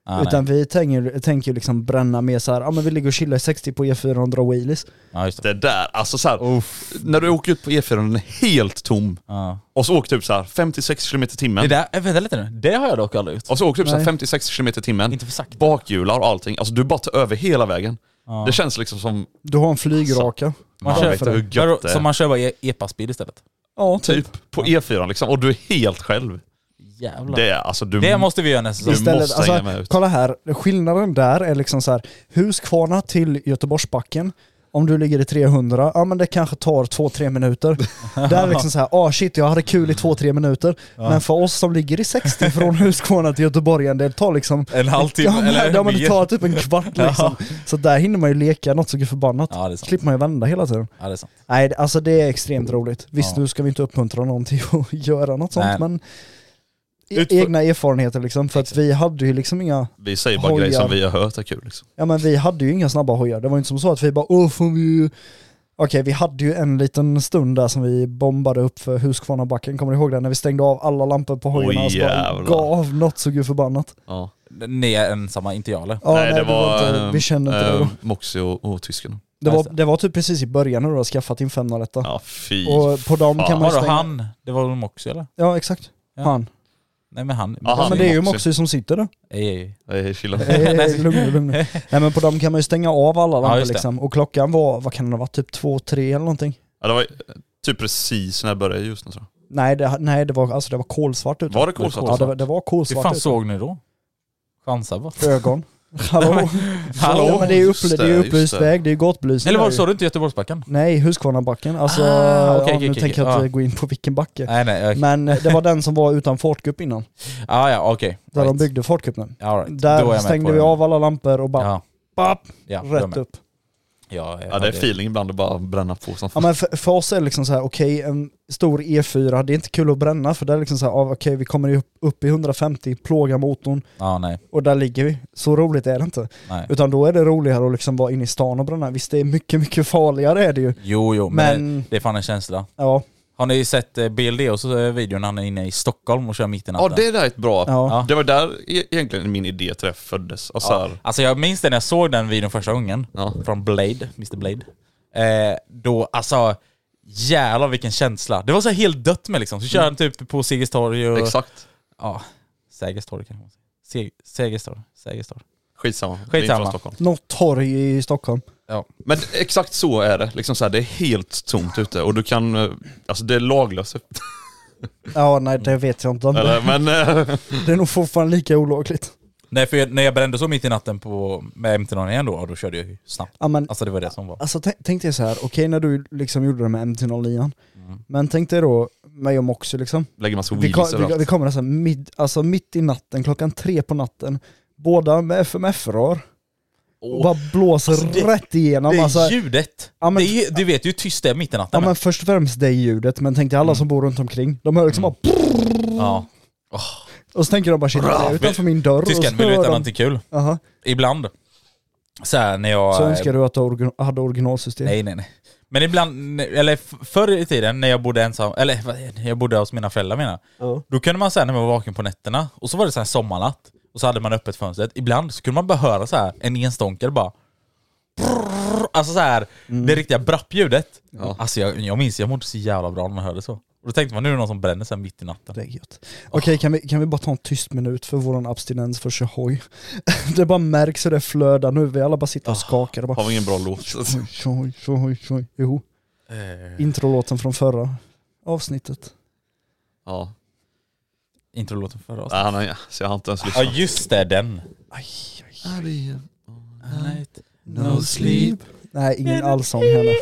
Ah, utan nej. vi tänker, tänker ju liksom bränna mer så här, ja men vi ligger och chillar i 60 på E4 och drar wheelies. Ja, just det. Det där, alltså så här, när du åker ut på E4 den är helt tom Ja. och så åker typ så här 56 km i Det timmen. där, eh, vänta lite nu, det har jag dock aldrig gjort. Och så åker du typ så här Nej. 56 km i timmen, Inte för sakta. bakhjular och allting. Alltså du bara tar över hela vägen. Det känns liksom som Du har en flygraka. Man Man kör vet för hur gött eh. det är. Så man kör bara e- epa-speed istället. Ja, typ. Typ på E4 liksom, och du är helt själv. Jävlar. Det Det, är alltså du... måste vi göra nästa Du säsong. Istället, måste hänga alltså, med ut. kolla här, skillnaden där är liksom så här, Huskvarna till Göteborgsbacken Om du ligger i 300, ja men det kanske tar 2-3 minuter. Där är liksom så här, ah shit jag hade Mm. kul i 2-3 minuter. Men för oss som ligger i 60 från Huskvarna till Göteborg, en del tar liksom... En halvtimme ja, men, eller ja, men mer. det tar typ en kvart liksom. Så där hinner man ju leka något så gud förbannat. Ja, det är sant. Klipper man ju vända hela tiden. Ja, det är sant. Nej, det- alltså det är extremt roligt. Visst, nu ska vi inte uppmuntra någon till att göra något sånt, Nej. men e- Utför- egna erfarenheter liksom. För att vi hade ju liksom inga, Vi säger bara Hojar. grejer som vi har hört är kul liksom. ja men vi hade ju inga snabba hojar. Det var ju inte som så att vi bara, åh får vi Okej, vi hade ju en liten stund där som vi bombade upp för Huskvarnabacken, kommer du ihåg det? När vi stängde av alla lampor på hojarna Oj, och så bara jävlar. gav något så gud förbannat. Ja. Ni är ensamma, inte jag eller? Ja, nej, det var, inte, vi kände inte det. eh, då. Moxie och, och tysken. Det just var, det. det var typ precis i början när du hade skaffat din 501 Ja fy Och på dem fan. kan man Var det stänga- han? Det var de också eller? Ja, exakt. Ja. Han. Nej men han. Ja, Ja, han men är det är ju Moxie. Moxie som sitter där. Ej, ej. Nej, chilla. Eh, lugn nu, lugn nu. Nej men på dem kan man ju stänga av alla lampor just det. liksom. Och klockan var, vad kan den ha varit, typ två, tre eller någonting? Ja, det var eh, typ precis när jag började just nu tror jag. Nej det, nej, det var alltså det var kolsvart ute. Var det kolsvart? Ja det, var- det var Hur kolsvart fan ute. såg ni då? Chansa bara. Ögon. Hallå? Hallå? Ja, men det är ju Just upple- det, det är ju just upplyst det. väg, det är ju gatubelysning. Eller var det där så ju. du inte Göteborgsbacken? Nej, Huskvarnabacken. Alltså, Ah, okej, ja, okej, nu okej, tänker jag ja. inte gå in på vilken backe. Nej nej, okej. Men eh, det var den som var utan fartgupp innan, Ah, ja okej. där Right. de byggde fartguppen. All right. Då är jag Där med stängde på vi det. av alla lampor och bara Ja, papp, ja, då är jag rätt med. upp. Ja, Ja det är feeling ibland att bara bränna på som Ja fan. men för, för oss är det liksom så här, okej en stor E4, det är inte kul att bränna för det är liksom så här, ah, okej vi kommer ju upp, upp i 150, plågar motorn Ja, nej. och där ligger vi. Så roligt är det inte. nej. Utan då är det roligare att liksom vara inne i stan och bränna. Visst det är mycket, mycket farligare är det ju. Jo, jo, men, Men, det är fan en känsla. ja. Har ni sett eh, BLDs eh, video när han är inne i Stockholm och kör mitt i Ja natten? det där är ett bra, Ja. det var där e- egentligen min idé till det föddes. Alltså, Ja, här, Alltså jag minns det när jag såg den videon första gången. Ja. Från Blade, Mr Blade. Eh, då, alltså jävlar vilken känsla. Det var så här helt dött med liksom. Så kör han typ på Segerstorg och... Mm. Exakt. Ja, Segerstorg kanske man säger. Seg- Segerstorg, Segerstorg. Skitsamma. Det är inte Skitsamma. från Stockholm. Något torg i Stockholm. Ja. Men exakt så är det. Liksom så här, det är helt tomt ute och du kan, eh, alltså det är laglöst. Ja nej det vet jag inte. om. Eller, men eh, Det är nog fortfarande lika olagligt. Nej för jag, när jag brände så mitt i natten på, med MT-någon igen då, då körde jag ju snabbt. Ja, men, Alltså det var det som var. Alltså tänk, tänk dig så här, okej när du liksom gjorde det med MT-09, men tänk dig då mig och Moxie liksom. lägger massa Vi, kom, wheelies vi, vi överallt. kommer alltså mitt, alltså mitt i natten, klockan tre på natten, båda med FMF-rör. och Bara blåser rätt igenom. Det är alltså, ljudet! Ja, men- det är, ju- du vet ju hur tyst det är mitt i ja, natten. men först och främst det ljudet, men tänk dig alla som bor runt omkring. De hör Mm. liksom bara, ja. och så tänker de bara shit, det är utanför min dörr. och Tyskan, så vill du hör veta de- någonting kul? Jaha. Ibland. Så här, när jag... Så önskar du att du orgi- hade originalsystem. Nej, nej, nej. Men ibland, eller f- förr i tiden när jag bodde ensam, eller vad är det? jag bodde hos mina föräldrar menar Ja. Då kunde man säga när man var vaken på nätterna, och så var det så här sommarnatt, och så hade man öppet fönstret. Ibland så kunde man bara höra så här en enstånkare bara Brrrr. Alltså så här, Mm. det riktiga brappljudet. Alltså jag, jag minns, jag mådde så jävla bra när man hörde så. Och då tänkte man nu är det någon som bränner sig mitt i natten. Det är gött. Okej, kan, vi, kan vi bara ta en tyst minut för våran abstinens för tjohoj? Det bara märks hur det flödar nu, vi alla bara sitter Ah, och skakar och bara Har vi ingen bra låt? tjohoj, tjohoj, tjohoj, tjohoj. Jo, Eh, introlåten från förra avsnittet. Ja. Introlåten förra avsnittet. Nej, han har, så jag har inte ens Ja lyssnat. just det, den. No sleep. Nej, ingen allsång heller.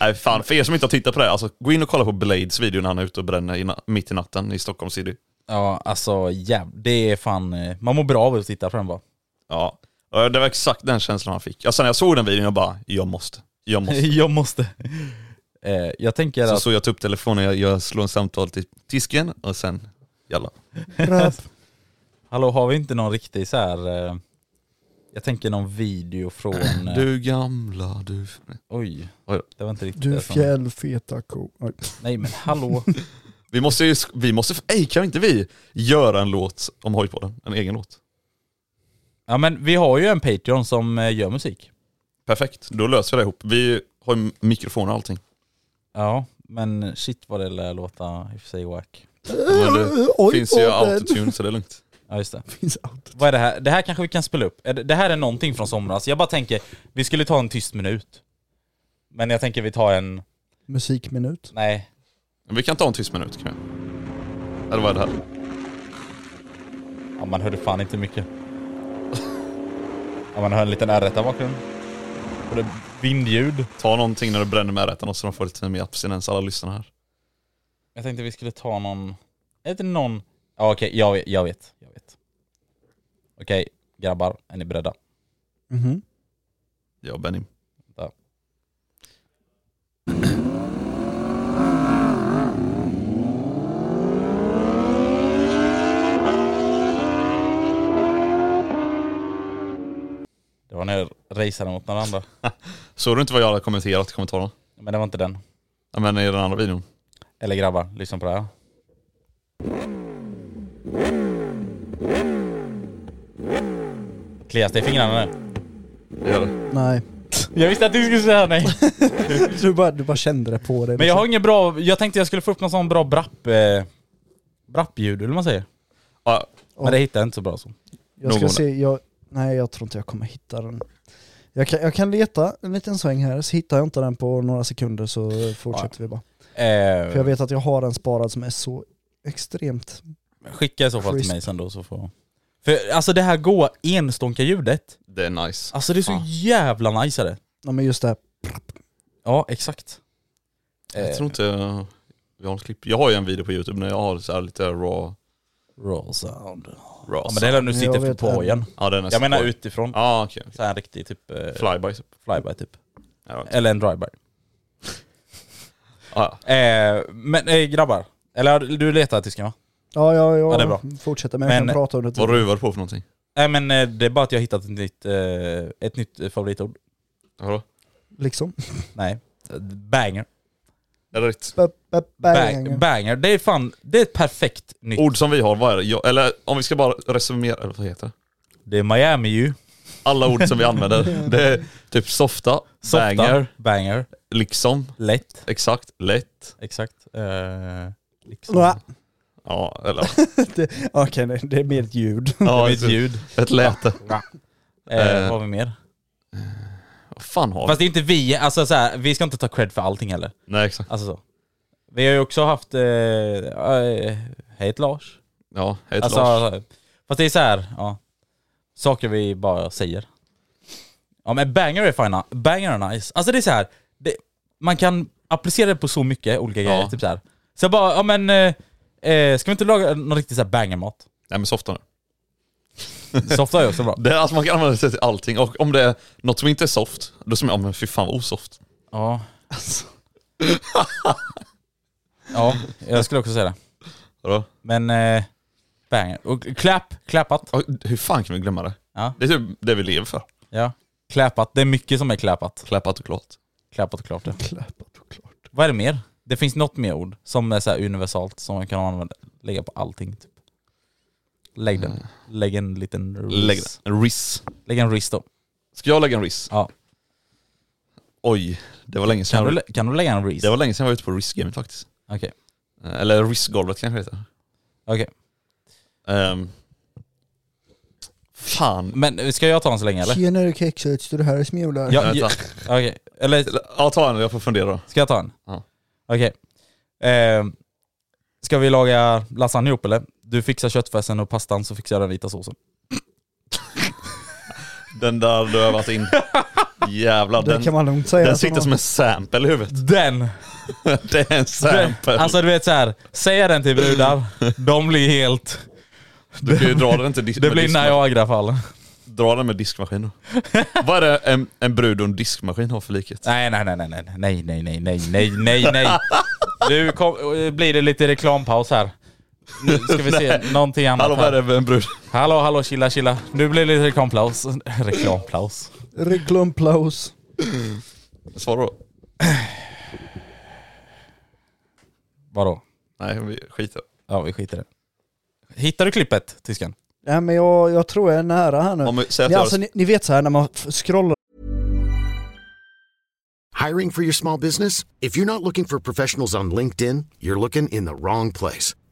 Nej fan, för er som inte har tittat på det, här, alltså, gå in och kolla på Blades video när han är ute och bränner i na- mitt i natten i Stockholm city. Ja alltså jäv, det är fan, eh, man mår bra av att titta på den bara. Ja. Och Det var exakt den känslan han fick. Alltså, när jag såg den videon, jag bara, jag måste. Jag måste. jag måste. Eh, jag tänker Så att... såg jag upp telefonen, jag, jag slog en samtal till tisken och sen, jalla. Rap. Hallå, har vi inte någon riktig så här... Eh, jag tänker någon video från... Eh, Du gamla, du... Oj. Oj. Det var inte riktigt Du det som- fjällfeta ko. Oj. Nej men hallå. Vi måste ju, sk- vi måste, ej kan inte vi göra en låt om Hojpodden? En egen låt? ja men vi har ju en Patreon som eh, gör musik. Perfekt, då löser vi det ihop. Vi har ju mikrofoner och allting. Ja, men shit vad det lär låta i och för sig wack. Men det Oj, finns ju oj, den. autotune så det är lugnt. Ja just det. Finns out. Vad är det här? Det här kanske vi kan spela upp. Är Det det här är någonting från somras. Jag bara tänker, vi skulle ta en tyst minut. Men jag tänker vi tar en... Musikminut. Nej. Men vi kan ta en tyst minut kan vi? Eller vad är det här? Ja, man hörde fan inte mycket. Ja, man hör en liten R1 där bakom. Både vindljud. Ta någonting när du bränner med rätten och så de får lite mer abstinens, alla lyssnare här. Jag tänkte vi skulle ta någon... Är det någon... Ja okej, jag, vet- jag vet. Jag vet. Okej, grabbar. Är ni beredda? Mhm. Jag och Benny. Vänta. Det var när jag raceade mot några andra. Såg du inte vad jag hade kommenterat i kommentarerna? Men det var inte den. Ja, Men i den andra videon. Eller grabbar, lyssna på det här. Klias det i fingrarna nu? Det gör det. Nej. Jag visste att du skulle säga nej. Du bara, du bara kände det på dig. Men jag har ingen bra, jag tänkte jag skulle få upp någon sån bra brapp... Eh, brappljud eller vad man säger. Ja, Men det hittade jag inte så bra så. liksom. Jag ska Någon- se, jag, nej jag tror inte jag kommer hitta den. Jag kan, jag kan leta en liten sväng här, så hittar jag inte den på några sekunder så fortsätter vi bara. För jag Eh, vet att jag har en sparad som är så extremt... Eh, skicka i så fall till Crisp. mig sen då så får... För alltså det här goa enstånka ljudet. det är nice. Alltså det är så jävla nice är det. Ja men just det, här. Ja, exakt. Jag tror inte eh, vi har något klipp. Jag har ju en video på youtube när jag har så här lite raw... Raw sound. raw Ja men det är när du sitter Jag för vet pojen. en. ja, den är Jag menar så- utifrån. Ja okej. Så här riktig typ... Eh, Flyby typ. flyby typ. Ja, okej. Eller en dryby. Ah, Ja, Eh, men eh, grabbar. Eller du letar tyskan va? ja, ja, jag Ja, det är bra. fortsätter men jag Men- kan prata under vad tiden. ruvar du på för någonting? Nej men eh, det är bara att jag har hittat ett nytt, eh, ett nytt eh, favoritord. Vadå? Liksom. Nej. Eh, Banger. Är det ditt? Ba- ba- bang. Bang, banger. Det är fan, det är ett perfekt nytt. Ord som vi har, vad är det? Jag, eller om vi ska bara resumera, eller vad heter det? Det är Miami ju. Alla ord som vi använder. Det är typ softa, Softa. banger, Banger. liksom, Lätt. exakt, lätt. Exakt. Eh, liksom. Ja, Ja, eller det- Okej, nej, det är mer ett ljud. ja, Mitt ett, ljud. ett läte. Eh, Eh. vad har vi mer? Vad fan har vi? Fast det är inte vi, alltså så här, vi ska inte ta cred för allting heller. Nej exakt. Alltså så. Vi har ju också haft, eh, eh, hej till Lars. Ja, hej till Alltså, Lars. fast det är så här, ja. Saker vi bara säger. Ja men banger är fina, banger är nice. Alltså det är så här, det, man kan applicera det på så mycket olika Ja. grejer. Typ så här. Så jag bara, ja men, eh, eh, ska vi inte laga någon riktig så här bangermat? Nej men softa nu. Softa är också bra. Det är, alltså, man kan använda det till allting och om det är något som inte är soft, då som jag, men fy fan vad osoft. Ja. ja, jag skulle också säga det. Vadå? Men, eh, banger. Och clap, clapat. Ja, Hur fan kan vi glömma det? Ja. Det är typ det vi lever för. Ja. Clapat, det är mycket som är clapat. Kläpat och klart. Clapat och klart det. Klappat och klart. Vad är det mer? Det finns något mer ord som är så här universalt som man kan använda, lägga på allting. Typ. Lägg den. Lägg en liten riss. Mm. Lägg den. En riss. Lägg en riss då. Ska jag lägga en riss? Ja. Oj, det var länge sedan. Kan, jag- du, lä- kan du lägga en riss? Det var länge sedan jag var ute på riskgamet faktiskt. Okej. Eh, Eller riskgolvet kanske det heter. Okej. Ehm. fan. Men eh, ska jag ta en så länge eller? Tjenare kexet, står du här och smular? Ja, Eh, Vänta. ja, okej. Eller Ja ta en, jag får fundera då. ska jag ta en? Ja. Okej. Eh, ska vi laga lasagne ihop eller? Du fixar köttfärsen och pastan så fixar jag den vita såsen. Den där du har varit in. Jävlar. det Den, kan man lugnt säga. den sitter som en sample i huvudet. Den! Det är en sample. Alltså du vet så här. säger den till brudar, de blir helt... du kan ju dra den till dis- Det med blir diskma- Niagarafall. Dra den med diskmaskin. Vad är det en, en brud och en diskmaskin har för likhet? Nej, nej, nej, nej, nej, nej, nej, nej, nej, nej, nej, nej. Nu kom, eh, blir det lite reklampaus här. Nu ska vi se någonting annat Hallå vad är här. det med en brud? Hallå, hallå, chilla, chilla. Nu blir det lite reklampaus. reklampaus. Reklamplaus. Svara då. Vadå? Nej vi skiter Ja, vi skiter i det. Hittar du klippet, tysken? Nej men jag, jag tror jag är nära här nu. Om vi säger att Ja, jag- alltså, ni, ni vet så här när man f- scrollar Hiring for your small business? If you're not looking for professionals on LinkedIn, you're looking in the wrong place.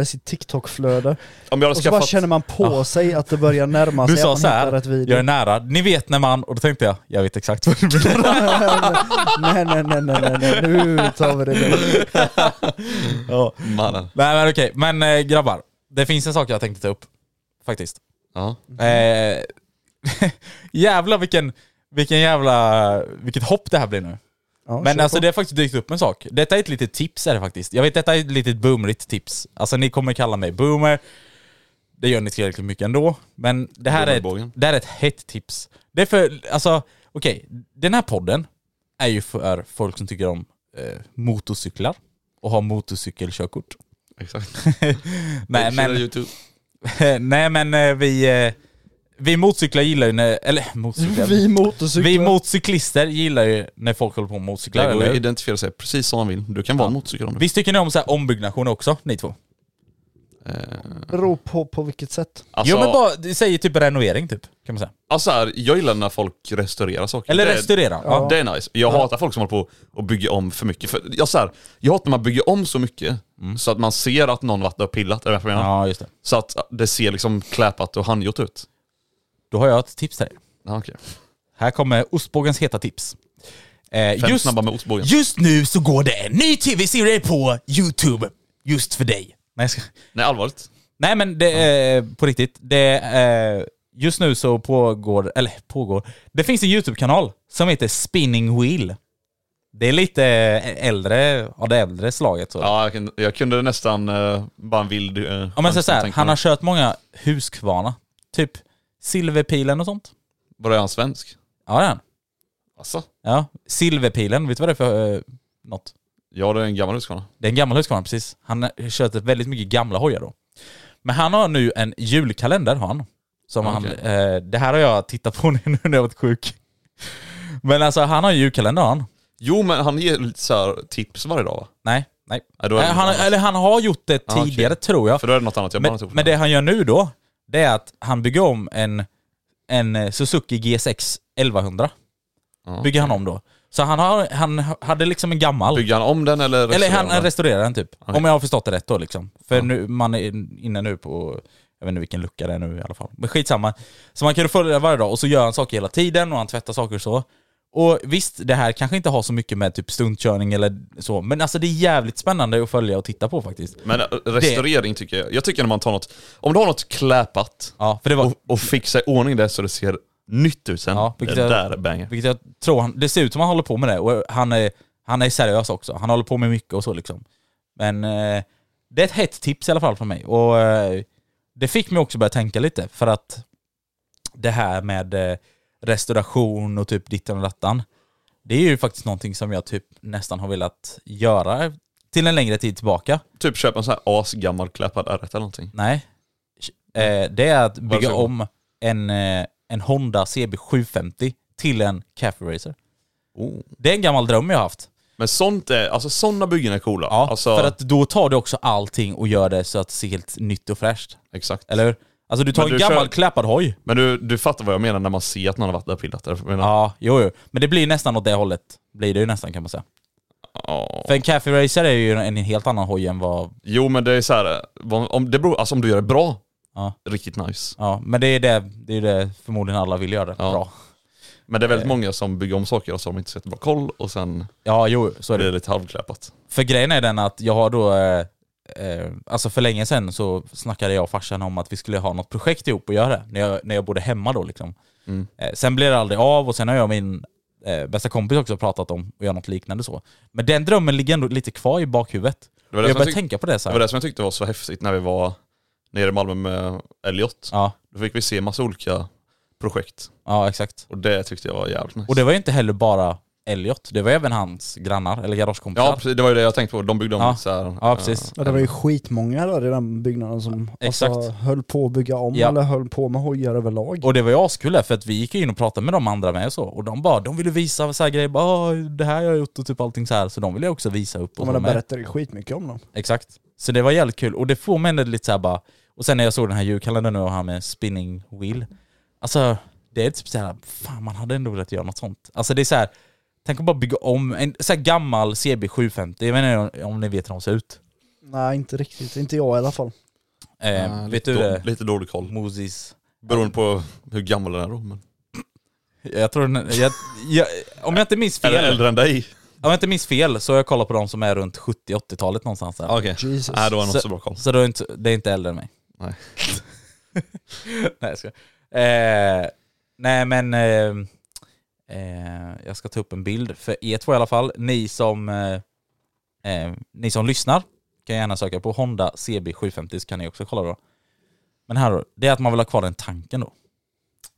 i sitt TikTok-flöde. Om jag hade Och så bara skaffat... känner man på sig att det börjar närma sig Du sa att så man hittar här, rätt video. jag är nära. Ni vet när man... Och då tänkte jag, jag vet exakt vad du menar. nej, nej, nej, nej, nej, nej, nu tar vi det lugnt. Ja. Mannen. Nej men okej, men eh, grabbar. Det finns en sak jag tänkte ta upp. Faktiskt. Ja. Eh, jävlar vilken, vilken jävla, vilket hopp det här blir nu. Ja, Men kör alltså på. det har faktiskt dykt upp en sak. Detta är ett litet tips är det faktiskt. Jag vet detta är ett litet boomerigt tips. Alltså ni kommer kalla mig boomer. Det gör ni tillräckligt mycket ändå. Men det här, är Boomerbågen. ett, det här är ett hett tips. Det är för, alltså okej, den här podden är ju för folk som tycker om eh, motorcyklar och har motorcykelkörkort. Exakt. Nej men, YouTube. nej men eh, vi, eh, vi motorcyklar gillar ju när, eller motorcyklar. Vi motorcyklar. Vi motorcyklister gillar ju när folk håller på med Det motorcyklar, går eller att hur? identifiera sig precis som man vill. Du kan vara en motorcykel om du vill. Visst tycker ni om så här ombyggnationer också, ni två? Beror på, på vilket sätt. Eh, Alltså, jo men bara, det säger typ renovering typ, kan man säga. alltså här, jag gillar när folk restaurerar saker. Eller Det är- restaurera. Ja. Ja. Det är nice. Jag hatar folk som håller på och bygger om för mycket. För, jag, så här, jag hatar när man bygger om så mycket Mm. så att man ser att någon varit där och pillat. Är det vad jag menar? ja, just det. Så att det ser liksom kläpat och handgjort ut. Då har jag ett tips till dig. Ja, okay. Här kommer ostbågens heta tips. Eh, Fem snabba med ostbågen. Just nu så går det en ny tv-serie på YouTube, just för dig. Nej, jag ska... Nej allvarligt. Nej men det är eh, på riktigt. Det är, eh, just nu så pågår, eller pågår, det finns en YouTube-kanal som heter Spinning Wheel. Det är lite eh, äldre, av det äldre slaget. Så. Ja, Ja, jag, kunde, jag kunde nästan eh, bara en vild... eh, men så, önskan så här, tänka han mig. har kört många Husqvarna. Typ Silverpilen och sånt. Var är han svensk? Ja det är han. Alltså? Ja. Silverpilen, vet du vad det är för eh, något? Ja det är en gammal Husqvarna. Det är en gammal Husqvarna, precis. Han har kört väldigt mycket gamla hojar då. Men han har nu en julkalender, har han. Som Okej. han eh, det här har jag tittat på nu när jag har varit sjuk. Men alltså han har en julkalender, har han. Jo men han ger lite så här tips varje dag va? Nej, nej. Ja, då är det Eh, något han, annat. eller han har gjort det Ja, okej. tidigare, tror jag. För då är det något annat jag Men, blandat ihop. men det han gör nu då, det är att han bygger om en, en eh, Suzuki GSX 1100. Ja. Bygger han om då. Så han, har, han hade liksom en gammal. Bygger han om den eller Eller restaurerar han, han den? restaurerar den typ. Okej. Om jag har förstått det rätt då liksom. För nu, man är in- inne nu på, jag vet inte vilken lucka det är nu i alla fall. Men skitsamma. Så man kan ju följa varje dag och så gör han saker hela tiden och han tvättar saker och så. Och visst, det här kanske inte har så mycket med typ stuntkörning eller så, men alltså det är jävligt spännande att följa och titta på faktiskt. Men eh, restaurering tycker jag. Jag tycker när man tar något, om du har något kläpat Ja, för det var... och, och fixar i ordning det så det ser nytt ut sen. Ja, det vilket jag- där är banger. Vilket jag tror han, det ser ut som han håller på med det och han är, han är seriös också. Han håller på med mycket och så liksom. Men eh, det är ett hett tips i alla fall från mig och eh, det fick mig också börja tänka lite för att det här med eh, restauration och typ ditten och dattan. Det är ju faktiskt någonting som jag typ nästan har velat göra till en längre tid tillbaka. Typ köpa en sån här asgammal kläpad R1 eller någonting. Nej. Eh, det är att bygga Varsågod. om en, eh, en Honda CB750 till en Cafe Racer. Det är en gammal dröm jag har haft. Men sånt är, alltså sådana byggen är coola. Ja, alltså, För att då tar du också allting och gör det så att det ser helt nytt och fräscht. Exakt. Eller hur? Alltså du tar Men en du gammal kör- klappad hoj. Men du, du fattar vad jag menar när man ser att någon har varit där och pillat där. Jag menar, Ja, jo, jo. Men det blir nästan åt det hållet. Blir det ju nästan kan man säga. För en Cafe Racer är ju en helt annan hoj än vad... Jo men det är så här, vad- om, det beror, alltså, om du gör det bra, Ja. riktigt nice. Ja, men det är det, det är det förmodligen alla vill göra. Ja. Bra. Men det är väldigt många som bygger om saker och så har de inte sätter bra koll och sen Ja, jo, Eh. så är det. blir det lite halvkläpat. För grejen är den att jag har då, eh, eh, alltså för länge sedan så snackade jag och farsan om att vi skulle ha något projekt ihop och göra det, när jag, när jag bodde hemma då liksom. Mm. Eh, sen blev det aldrig av och sen har jag och min eh, bästa kompis också pratat om att göra något liknande så. Men den drömmen ligger ändå lite kvar i bakhuvudet. Det var det som jag jag började tyck- tänka på det så Det här. var det som jag tyckte var så häftigt när vi var nere i Malmö med Elliot. Ja. Då fick vi se massa olika projekt. Ja, exakt. Och det tyckte jag var jävligt nice. Och det var ju inte heller bara Elliot, det var även hans grannar, eller garagekompisar. Ja precis, det var ju det jag tänkte på. De byggde om Ja. lite så här, eh, Ja, precis. Ja, det var ju skitmånga där i den byggnaden som alltså, Exakt. höll på att bygga om Ja. eller höll på med hojar överlag. Och det var ju askul där, för att vi gick ju in och pratade med de andra med och så, och de bara, de ville visa så här grejer, bara "Ah, det här har jag gjort och typ allting så här, så de ville ju också visa upp och Och så man med. berättade ju skitmycket om dem. Exakt. Så det var jävligt kul, och det får mig ändå lite så här bara, och sen när jag såg den här julkalendern nu och han med spinning wheel, alltså det är typ så här, fan man hade ändå velat göra något sånt. Alltså det är så här, tänk att bara bygga om en så här gammal CB 750, jag vet inte om ni vet hur de ser ut. Nej inte riktigt, inte jag i alla fall. Eh, Ja, vet lite, du då, det? lite dålig koll. Moses. Beroende på hur gammal den är då. Men... Jag tror den, jag, jag, om jag inte minns fel, Eller äldre än dig. om jag inte minns fel så har jag kollat på de som är runt 70-80-talet någonstans där. Okej. Jesus. Nej då har jag inte så bra koll. Så det är, inte, det är inte äldre än mig. Nej. nej, jag ska. Eh, nej men eh, eh, jag ska ta upp en bild för er två i alla fall. Ni som, eh, eh, ni som lyssnar kan gärna söka på Honda CB750 så kan ni också kolla då. Men här då, det är att man vill ha kvar den tanken då.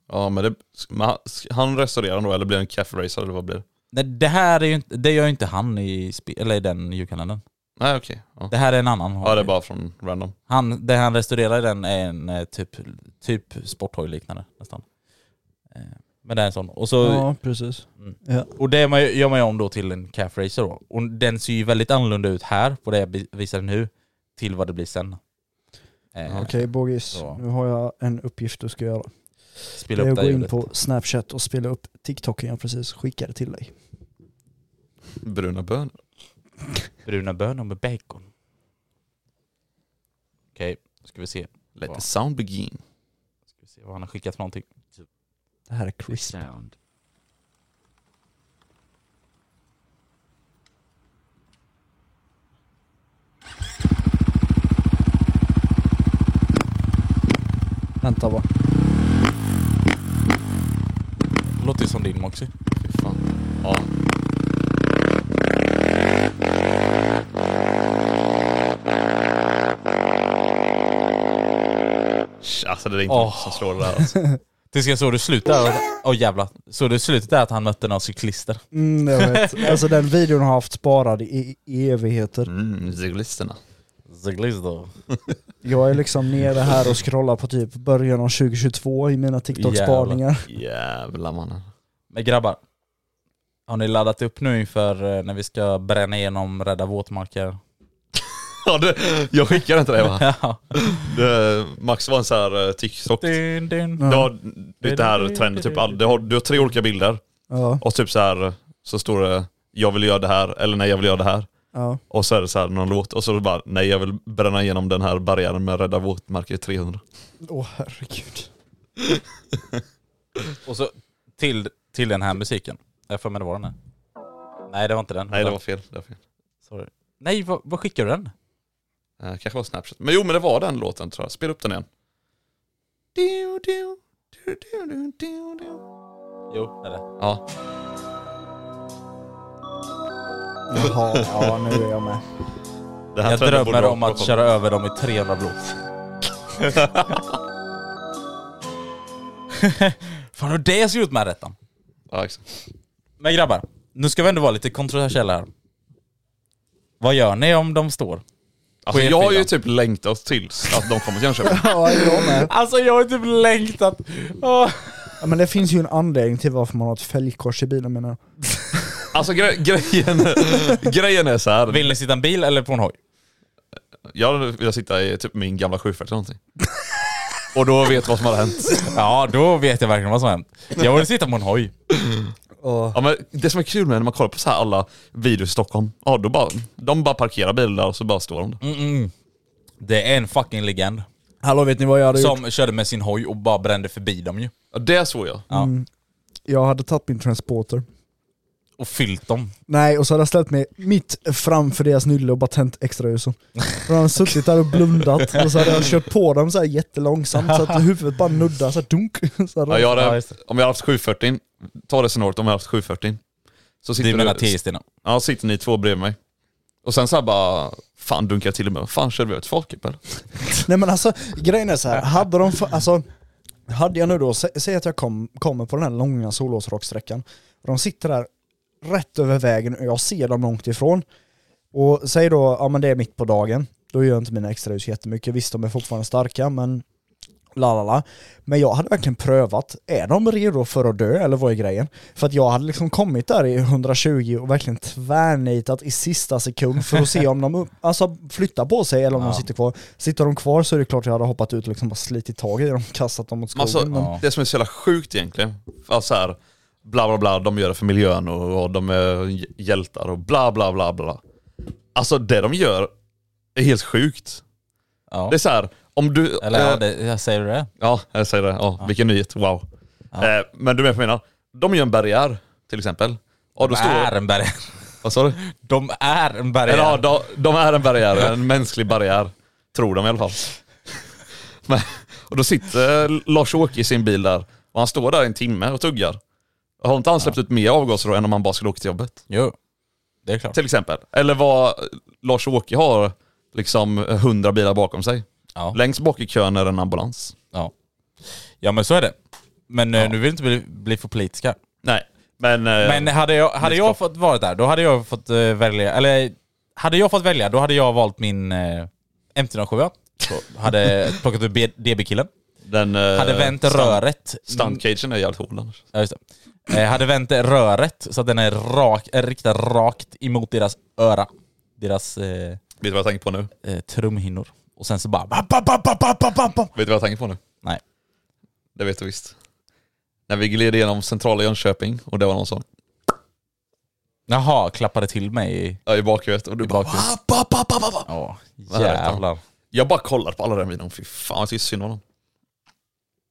Ja men det, men han- han restaurerar då eller blir en cafe racer eller vad blir det? Nej, det här är ju inte, det gör ju inte han i, spe- eller i den julkalendern. Nej okej. Ja. Det här är en annan. ja det är bara från random. Han, det han restaurerar i den är en eh, typ, typ sporthoj liknande nästan. Eh, Men det är en sån. Och, så, mm. Ja precis. Ja. och det man ju- gör man ju om då till en calf racer då. Och den ser ju väldigt annorlunda ut här, på det jag bi- visar nu, till vad det blir sen. Eh, Okej Bogis, Så. nu har jag en uppgift du ska göra. Spela Det är upp att det gå här in ljudet. på snapchat och spela upp TikToken jag precis skickade till dig. Bruna bönor. Bruna bönor med bacon. Okej, då ska vi se. Let Wow. the sound begin. Ska vi se vad han har skickat för någonting. Det här är crisp. Vänta bara. Låter ju som din Moxie. Fy fan. Ja. Sh, Alltså det är inte Åh. oh. som slår det där alltså. Tills jag såg det slutet där, åh jävlar. Såg det slutet där att han mötte några cyklister. Mm, jag vet. Alltså den videon har jag haft sparad i, i evigheter. Mm, cyklisterna. Cyklister. Jag är liksom nere här och scrollar på typ början av 2022 i mina TikTok-spaningar. Jävlar mannen. Men grabbar, har ni laddat upp nu inför eh, när vi ska bränna igenom Rädda våtmarker? Ja, det, jag skickade inte det va? Ja. Det, Max var en sån här eh, TikTok. Det Dun, dun. var lite här trenden, typ, all- du, har, du har tre olika bilder Ja, och typ så här eh, så står det jag vill göra det här eller nej jag vill göra det här. ja. Och så är det så här någon låt och så bara nej jag vill bränna igenom den här barriären med rädda våtmarker i 300. Åh herregud. Och så till, till den här musiken. Jag får med det var den här. Nej det var inte den. Nej det var fel. Det var fel. Sorry. Nej vad, vad skickar du den? Eh, kanske var Snapchat. Men jo men det var den låten tror jag. Spela upp den igen. Du, du, du, du, du, du, du. Jo, det är det. Ja, Jaha, ja nu är jag med. det här Jag trenden borde drömmer vara- om att köra över dem i 300 blås. Fan hur det ser ut med rättan. Ja, exakt. Men grabbar, nu ska vi ändå vara lite kontroversiella här. Vad gör ni om de står? Alltså, På jag har ju E4. typ längtat tills att de kommer till Jönköping. Ja, jag med. Alltså jag har typ längtat. Åh. Ja, men det finns ju en anledning till varför man har ett fälgkors i bilen menar jag. Alltså gre grejen, grejen är så här. Vill ni sitta i en bil eller på en hoj? Jag hade velat sitta i typ min gamla 740 eller någonting. Och då vet vad som hade hänt. Ja, då vet jag verkligen vad som hänt. Jag vill sitta på en hoj. Ja, men det som är kul med när man kollar på så här alla videos i Stockholm, ja, då bara, de bara parkerar bilar och så bara står de där. Det är en fucking legend. Hallå vet ni vad jag hade gjort? Som körde med sin hoj och bara brände förbi dem ju. Ja, Det såg jag. Jag hade tagit min transporter. Och fyllt dem. Nej, och så hade jag ställt mig mitt framför deras nylle och bara tänt extraljusen. Och de hade suttit där och blundat och så hade jag kört på dem så här jättelångsamt så att huvudet bara nuddar så här dunk. Så här, Ja, jag Ja, hade, just om jag hade haft 740, ta det scenariot om jag hade haft 740. Så Du sitter, menar du, T-Stina? ja, sitter ni två bredvid mig. Och sen så här bara, fan dunkar jag till och med, fan körde vi över ett folkgrupp eller? Nej men alltså grejen är så här. hade de fa- alltså Hade jag nu då, sä- säg att jag kom, kommer på den här långa solåsrocksträckan. Och De sitter där rätt över vägen och jag ser dem långt ifrån. Och säg då, ja men det är mitt på dagen. Då gör inte mina extrahus jättemycket. Visst de är fortfarande starka men la la la. Men jag hade verkligen prövat, är de redo för att dö eller vad är grejen? För att jag hade liksom kommit där i 120 och verkligen tvärnitat i sista sekund för att se om de upp- alltså, flyttar på sig eller om de sitter kvar. Sitter de kvar så är det klart jag hade hoppat ut och liksom bara slitit tag i dem, kastat dem mot skogen. Alltså, men... Det som är så jävla sjukt egentligen, alltså här, bla bla bla, de gör det för miljön och, och de är hj- hjältar och bla bla bla bla. Alltså det de gör är helt sjukt. Ja. Det är så här, om du... Eller eh, ja, det, jag säger du det? Ja, jag säger det. Ja, Vilken nyhet, wow. Eh, men du är med på vad jag menar. De gör en barriär till exempel. Ja, då De är står, en barriär. vad sa du? De är en barriär. Eller, ja, de, de är en barriär, en mänsklig barriär. Tror de i alla fall. Men, och då sitter Lars-Åke i sin bil där och han står där i en timme och tuggar. Har inte han släppt ut mer avgaser då än om han bara skulle åka till jobbet? Jo, det är klart. Till exempel. Eller vad Lars-Åke har liksom hundra bilar bakom sig. Ja. Längst bak i kön är en ambulans. Ja. ja, men så är det. Men eh, nu vill vi inte bli, bli för politiska. Nej, men... eh, Men hade jag, hade jag fått vara där, då hade jag fått eh, välja, eller hade jag fått välja, då hade jag valt min eh, MT-07. Så Hade plockat upp B- DB-killen. den, eh, Hade vänt stunt- röret. Stuntcagen är jävligt hård annars. Ja, just det. Eh, hade vänt röret så att den är rak, är riktad rakt emot deras öra. Deras eh, Vet du vad jag tänker på nu? Vet eh, trumhinnor. Och sen så bara... Bam, bam, bam, bam, bam, bam, bam, bam. du vad jag tänker på nu? Nej. Det vet du visst. När vi gled igenom centrala Jönköping och det var någon som Jaha, klappade till mig i... Ja, i bakhuvudet. Och du bara... bakhuvudet. "Ah, ba, ba, ba, ba, ba." Ja, är det? jävlar. Jag bara kollar på alla den videon. Fy fan, jag tycker synd om dem.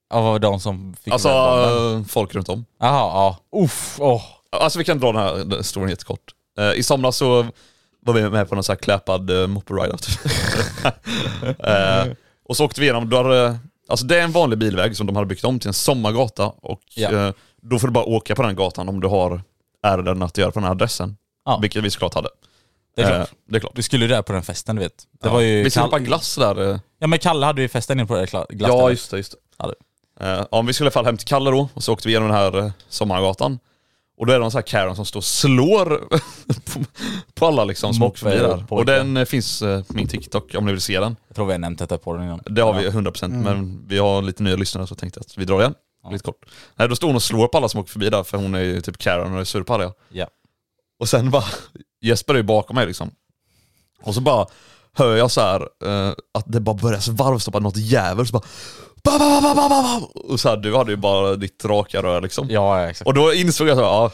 Ja, vad var de som fick Alltså, Jaha, eh, folk runt om. ja. Uff, åh. Alltså vi kan dra den här storyn jättekort. Eh, I somras så var vi med på någon sån här kläpad uh, moppe-ride-out. Eh, och så åkte vi igenom, då hade, alltså det är en vanlig bilväg som de hade byggt om till en sommargata och Ja. eh, då får du bara åka på den gatan om du har ärenden att göra på den här adressen. Ja. Vilket vi såklart hade. Det är klart. Eh, det är klart. Du skulle ju där på den festen du vet. Det var ju... vi skulle Kalle- köpa en glass där. eh. Ja men Kalle hade ju festen inne på det kla- glasstället. Ja, just det. Just det. Ja, det. Eh, ja, men vi skulle i alla fall hem till Kalle då, och så åkte vi igenom den här eh, sommargatan. Och då är det någon sån här Karen som står och slår på, på alla liksom som Moppe åker förbi där. och Och pojkar. den eh, finns eh, på min TikTok om ni vill se den. Jag tror vi har nämnt detta på den innan. Det har vi 100% Mm. men vi har lite nya lyssnare så tänkte jag att vi drar igen. Lite kort. Nej, då står hon och slår på alla som åker förbi där för hon är ju typ Karen och är sur på alla. Ja. Och sen bara, Jesper är ju bakom mig liksom. Och så bara hör jag så här eh, att det bara börjar så varvstoppa något jävel så bara ba, ba, ba, ba, ba, ba. Och så här, du hade ju bara ditt raka rör liksom. Ja, ja exakt. Och då insåg jag så här, ja,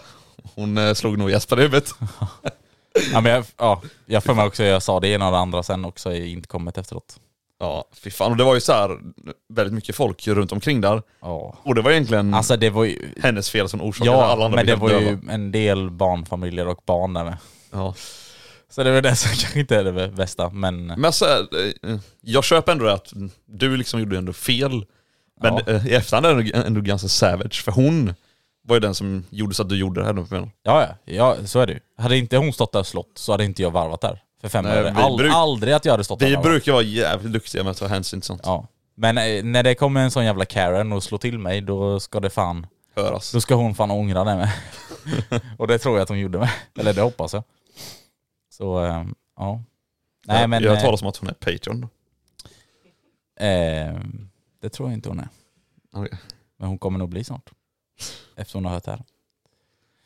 hon eh, slog nog Jesper i huvudet. Ja, men jag, ja, jag för mig också, jag sa det ena och det andra sen också i inkommet efteråt. Ja, fy fan. Och det var ju så här väldigt mycket folk runt omkring där. Ja. Och det var egentligen Alltså det var ju... hennes fel som orsakade alla Ja, andra men det blev var döda. ju en del barnfamiljer och barn där med. Ja. Så det var det som kanske inte är det bästa, men... Men alltså, eh, eh, jag köper ändå det att du liksom gjorde ändå fel. Men Ja. eh, i efterhand är det ändå ganska savage, för hon var ju den som gjorde så att du gjorde det här. då, menar jag. Ja, ja, ja så är det ju. Hade inte hon stått där och slått så hade inte jag varvat där. För fem Nej, öre. vi All, bruk- aldrig att jag hade stått där Vi och varvat. brukar vara jävligt duktiga med att ta hänsyn till sånt. Ja. Men eh, när det kommer en sån jävla Karen och slår till mig, då ska det fan... Höras. Då ska hon fan ångra det med. och det tror jag att hon gjorde med. Eller det hoppas jag. Så, eh, ja. Nej men... jag eh, jag talar som att hon är Patreon. eh, det tror jag inte hon är. Okej, Men hon kommer nog bli snart. Efter hon har hört det här.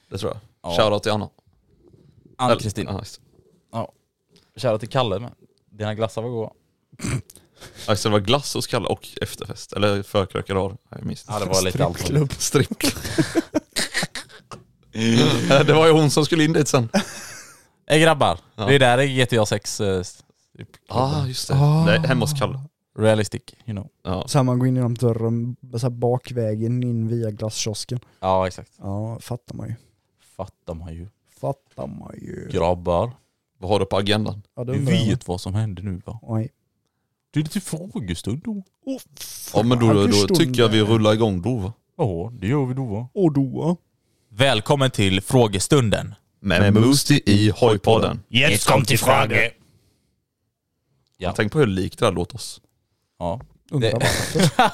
Det tror jag. Ja. Shoutout till Anna. Ann-Kristin. Ja, just det. Shoutout till Kalle med. Dina glassar var goda. Ja, just det, det var glass hos Kalle och efterfest. Eller förkrökar har jag minns inte. Ja, det var lite allt. Strippklubb. Strippklubb. Eh, det var ju hon som skulle in dit sen. Ey grabbar, Ja. det är där GTA 6 uh, ah, just det. Ah. Nej, hemma hos Kalle. realistic, you know. Ja. Så här man går in genom dörren, så här bakvägen in via glasskiosken. Ja exakt. Ja, fattar man ju. Fattar man ju. Fattar man ju. Grabbar, Vad har du på agendan? Ja, det du undrar jag. vet vad som hände nu va? Oj. Det är lite frågestund då. Ja men då, Fan, hur då stor tycker jag vi den är. rullar igång då va? Ja, det gör vi då va. Och då? Välkommen till frågestunden. Med Moostie i Hojpodden. Jens kom till fråga. Ja. Tänk på hur likt det här låter oss. Ja. Undrar Det- varför.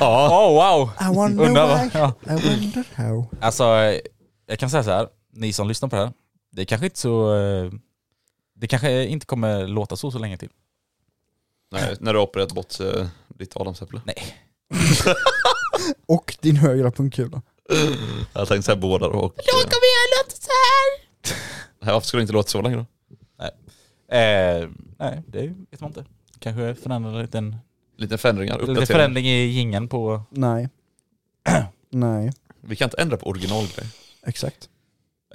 Ja. Oh wow! I wonder Undrar vad- why, I wonder how. Alltså, eh, jag kan säga så här. Ni som lyssnar på det här. Det är kanske inte så... eh, Det kanske inte kommer låta så så länge till. Nej, när du har opererat bort eh, ditt adamsäpple. Nej. Och din högra pungkula. Jag tänkte säga båda då och... Låt mig låta så här! Nej, varför skulle det inte låta så länge då? Eh, nej, det vet man inte. Kanske förändrar en liten, Lite förändringar, liten uppdateringar. förändring i gingen på... Nej. Nej, Vi kan inte ändra på originalgrejer. exakt.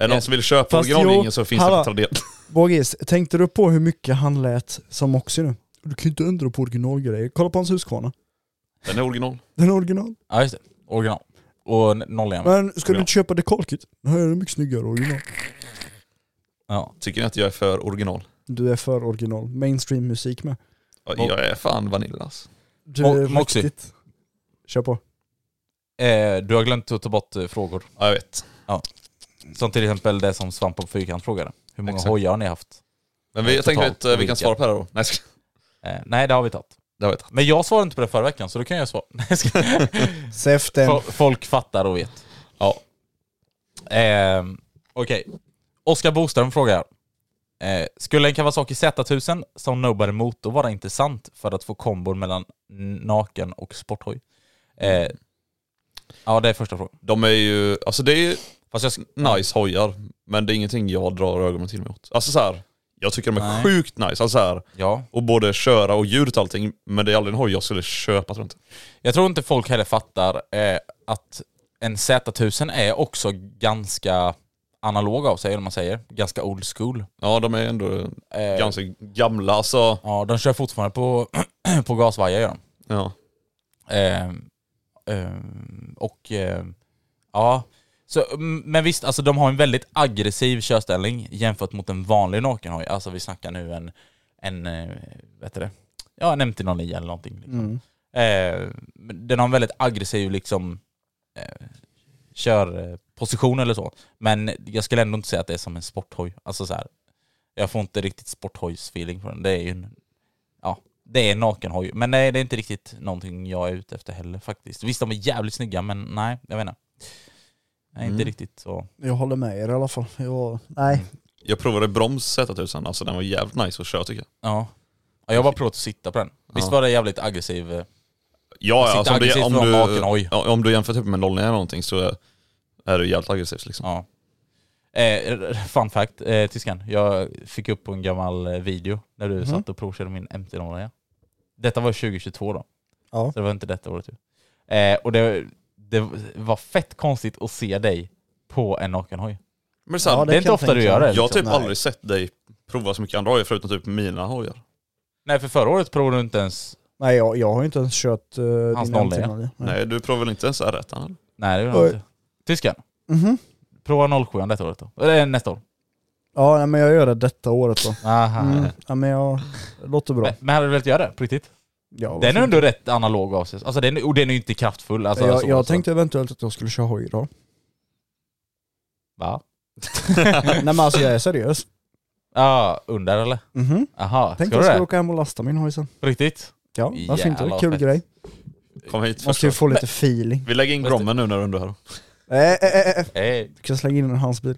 Är det någon Eh, som vill köpa fast jo, originalringen så finns det hallå. att ta del. Bågis, tänkte du på hur mycket han lät som Oxy nu? Du kan ju inte ändra på originalgrejer. Kolla på hans Husqvarna. Den är original. Den är original. Ja just det, original. Och n- noll igen. Men ska du inte köpa The Call Kit? Den här är mycket snyggare original. Ja. Tycker ni att jag är för original? Du är för original. Mainstream musik med. Ja, Jag är fan vanillas. Du Mo- är Moxie. riktigt... Kör på. Eh, du har glömt att ta bort eh, frågor. Ja, jag vet. Som till exempel det som Svamp på Fyrkant frågade. Hur många Exakt. hojar har ni haft? Men vi, jag tänker att Totalt eh, vi kan vilka? svara på det här då. Nej, ska- Eh, nej, det har vi tagit. det har vi tagit. Men jag svarade inte på det förra veckan, så då kan jag svara. Nej, jag ska- Säften. Fo- Folk fattar och vet. Ja. Eh, Okej. Oskar Boström frågar. Eh, skulle en Kawasaki Z1000 som nobody motor vara intressant för att få kombon mellan naken och sporthoj? Eh, ja, det är första frågan. De är ju, alltså det är ju Fast jag, sk- nice hojar, men det är ingenting jag drar ögonen till mig åt. Alltså så här, jag tycker de är Nej. sjukt nice. Alltså så här, ja. och både köra och ljudet och allting, men det är aldrig en hoj jag skulle köpa tror jag inte. jag tror inte folk heller fattar eh, att en Z1000 är också ganska analog av sig, eller vad man säger. Ganska old school. Ja, de är ändå Eh, ganska gamla alltså. Ja, de kör fortfarande på, på gasvajer gör de. Ja. Ehm, ehm, och ehm, ja, så, mm, men visst, alltså de har en väldigt aggressiv körställning jämfört mot en vanlig nakenhoj. Alltså vi snackar nu en, en eh, vad heter det? Ja, en MT-09 eller någonting. Liksom. Mm. Ehm, men den har en väldigt aggressiv liksom eh, körposition eller så. Men jag skulle ändå inte säga att det är som en sporthoj. Alltså så här, jag får inte riktigt sporthojs-feeling på den. Det är ju en, ja, det är en nakenhoj. Men nej, det är inte riktigt någonting jag är ute efter heller faktiskt. Visst, de är jävligt snygga, men nej, jag vet inte. Nej, inte Mm. riktigt så. Jag håller med er i alla fall. Jag... Nej. Jag provade broms Z1000, alltså den var jävligt nice att köra tycker jag. Ja. ja jag har bara provat att sitta på den. Visst Ja. var det jävligt aggressiv? eh, Ja, Sitta ja alltså, om, du, aggressivt om, från du, baken, oj. ja, om du jämför typ med 09 eller någonting så är- är du jävligt aggressivt liksom. Ja. Eh, fun fact, eh, tyskan. Jag fick upp på en gammal eh, video när Mhm. du satt och provkörde min MT-09. Detta var 2022 då. Ja. Så det var inte detta året. ju. Eh, och det, det var fett konstigt att se dig på en nakenhoj. Men sen, Ja, Det, är inte kan jag ofta du tänka gör mig. det. jag har Liksom. typ nej. aldrig sett dig prova så mycket andra hojar förutom typ mina hojar. Nej, för förra året provade du inte ens... Nej, jag, jag har inte ens kört uh, Hans din noll, ja. MT-09. Nej. Nej, du provar väl inte ens R1? eller? Nej, det gjorde du Oj. inte. Tyskan, Mhm. prova 07 detta året då. Eller eh, nästa år. Ja, nej, men jag gör det detta året då. Aha. Mm. Ja, men jag... Det låter bra. Men, men hade du velat göra det på riktigt? Ja, varför Den är inte? ändå rätt analog av sig. Alltså den, är- och den är ju inte kraftfull. Alltså, jag, så, jag alltså. tänkte eventuellt att jag skulle köra hoj idag. Va? Nej men alltså jag är seriös. Ja, under eller? Mhm. Aha, Tänk ska jag du skulle det? åka hem och lasta min hoj sen. På riktigt? Ja, varför Jävlar, inte? vad Kul fett. Alltså, grej. Kom hit Måste ju först. få lite feeling. Vi lägger in Grommen nu när du ändå är här. Äh, äh, äh, äh. Eh, Du kan slänga in en hans bil.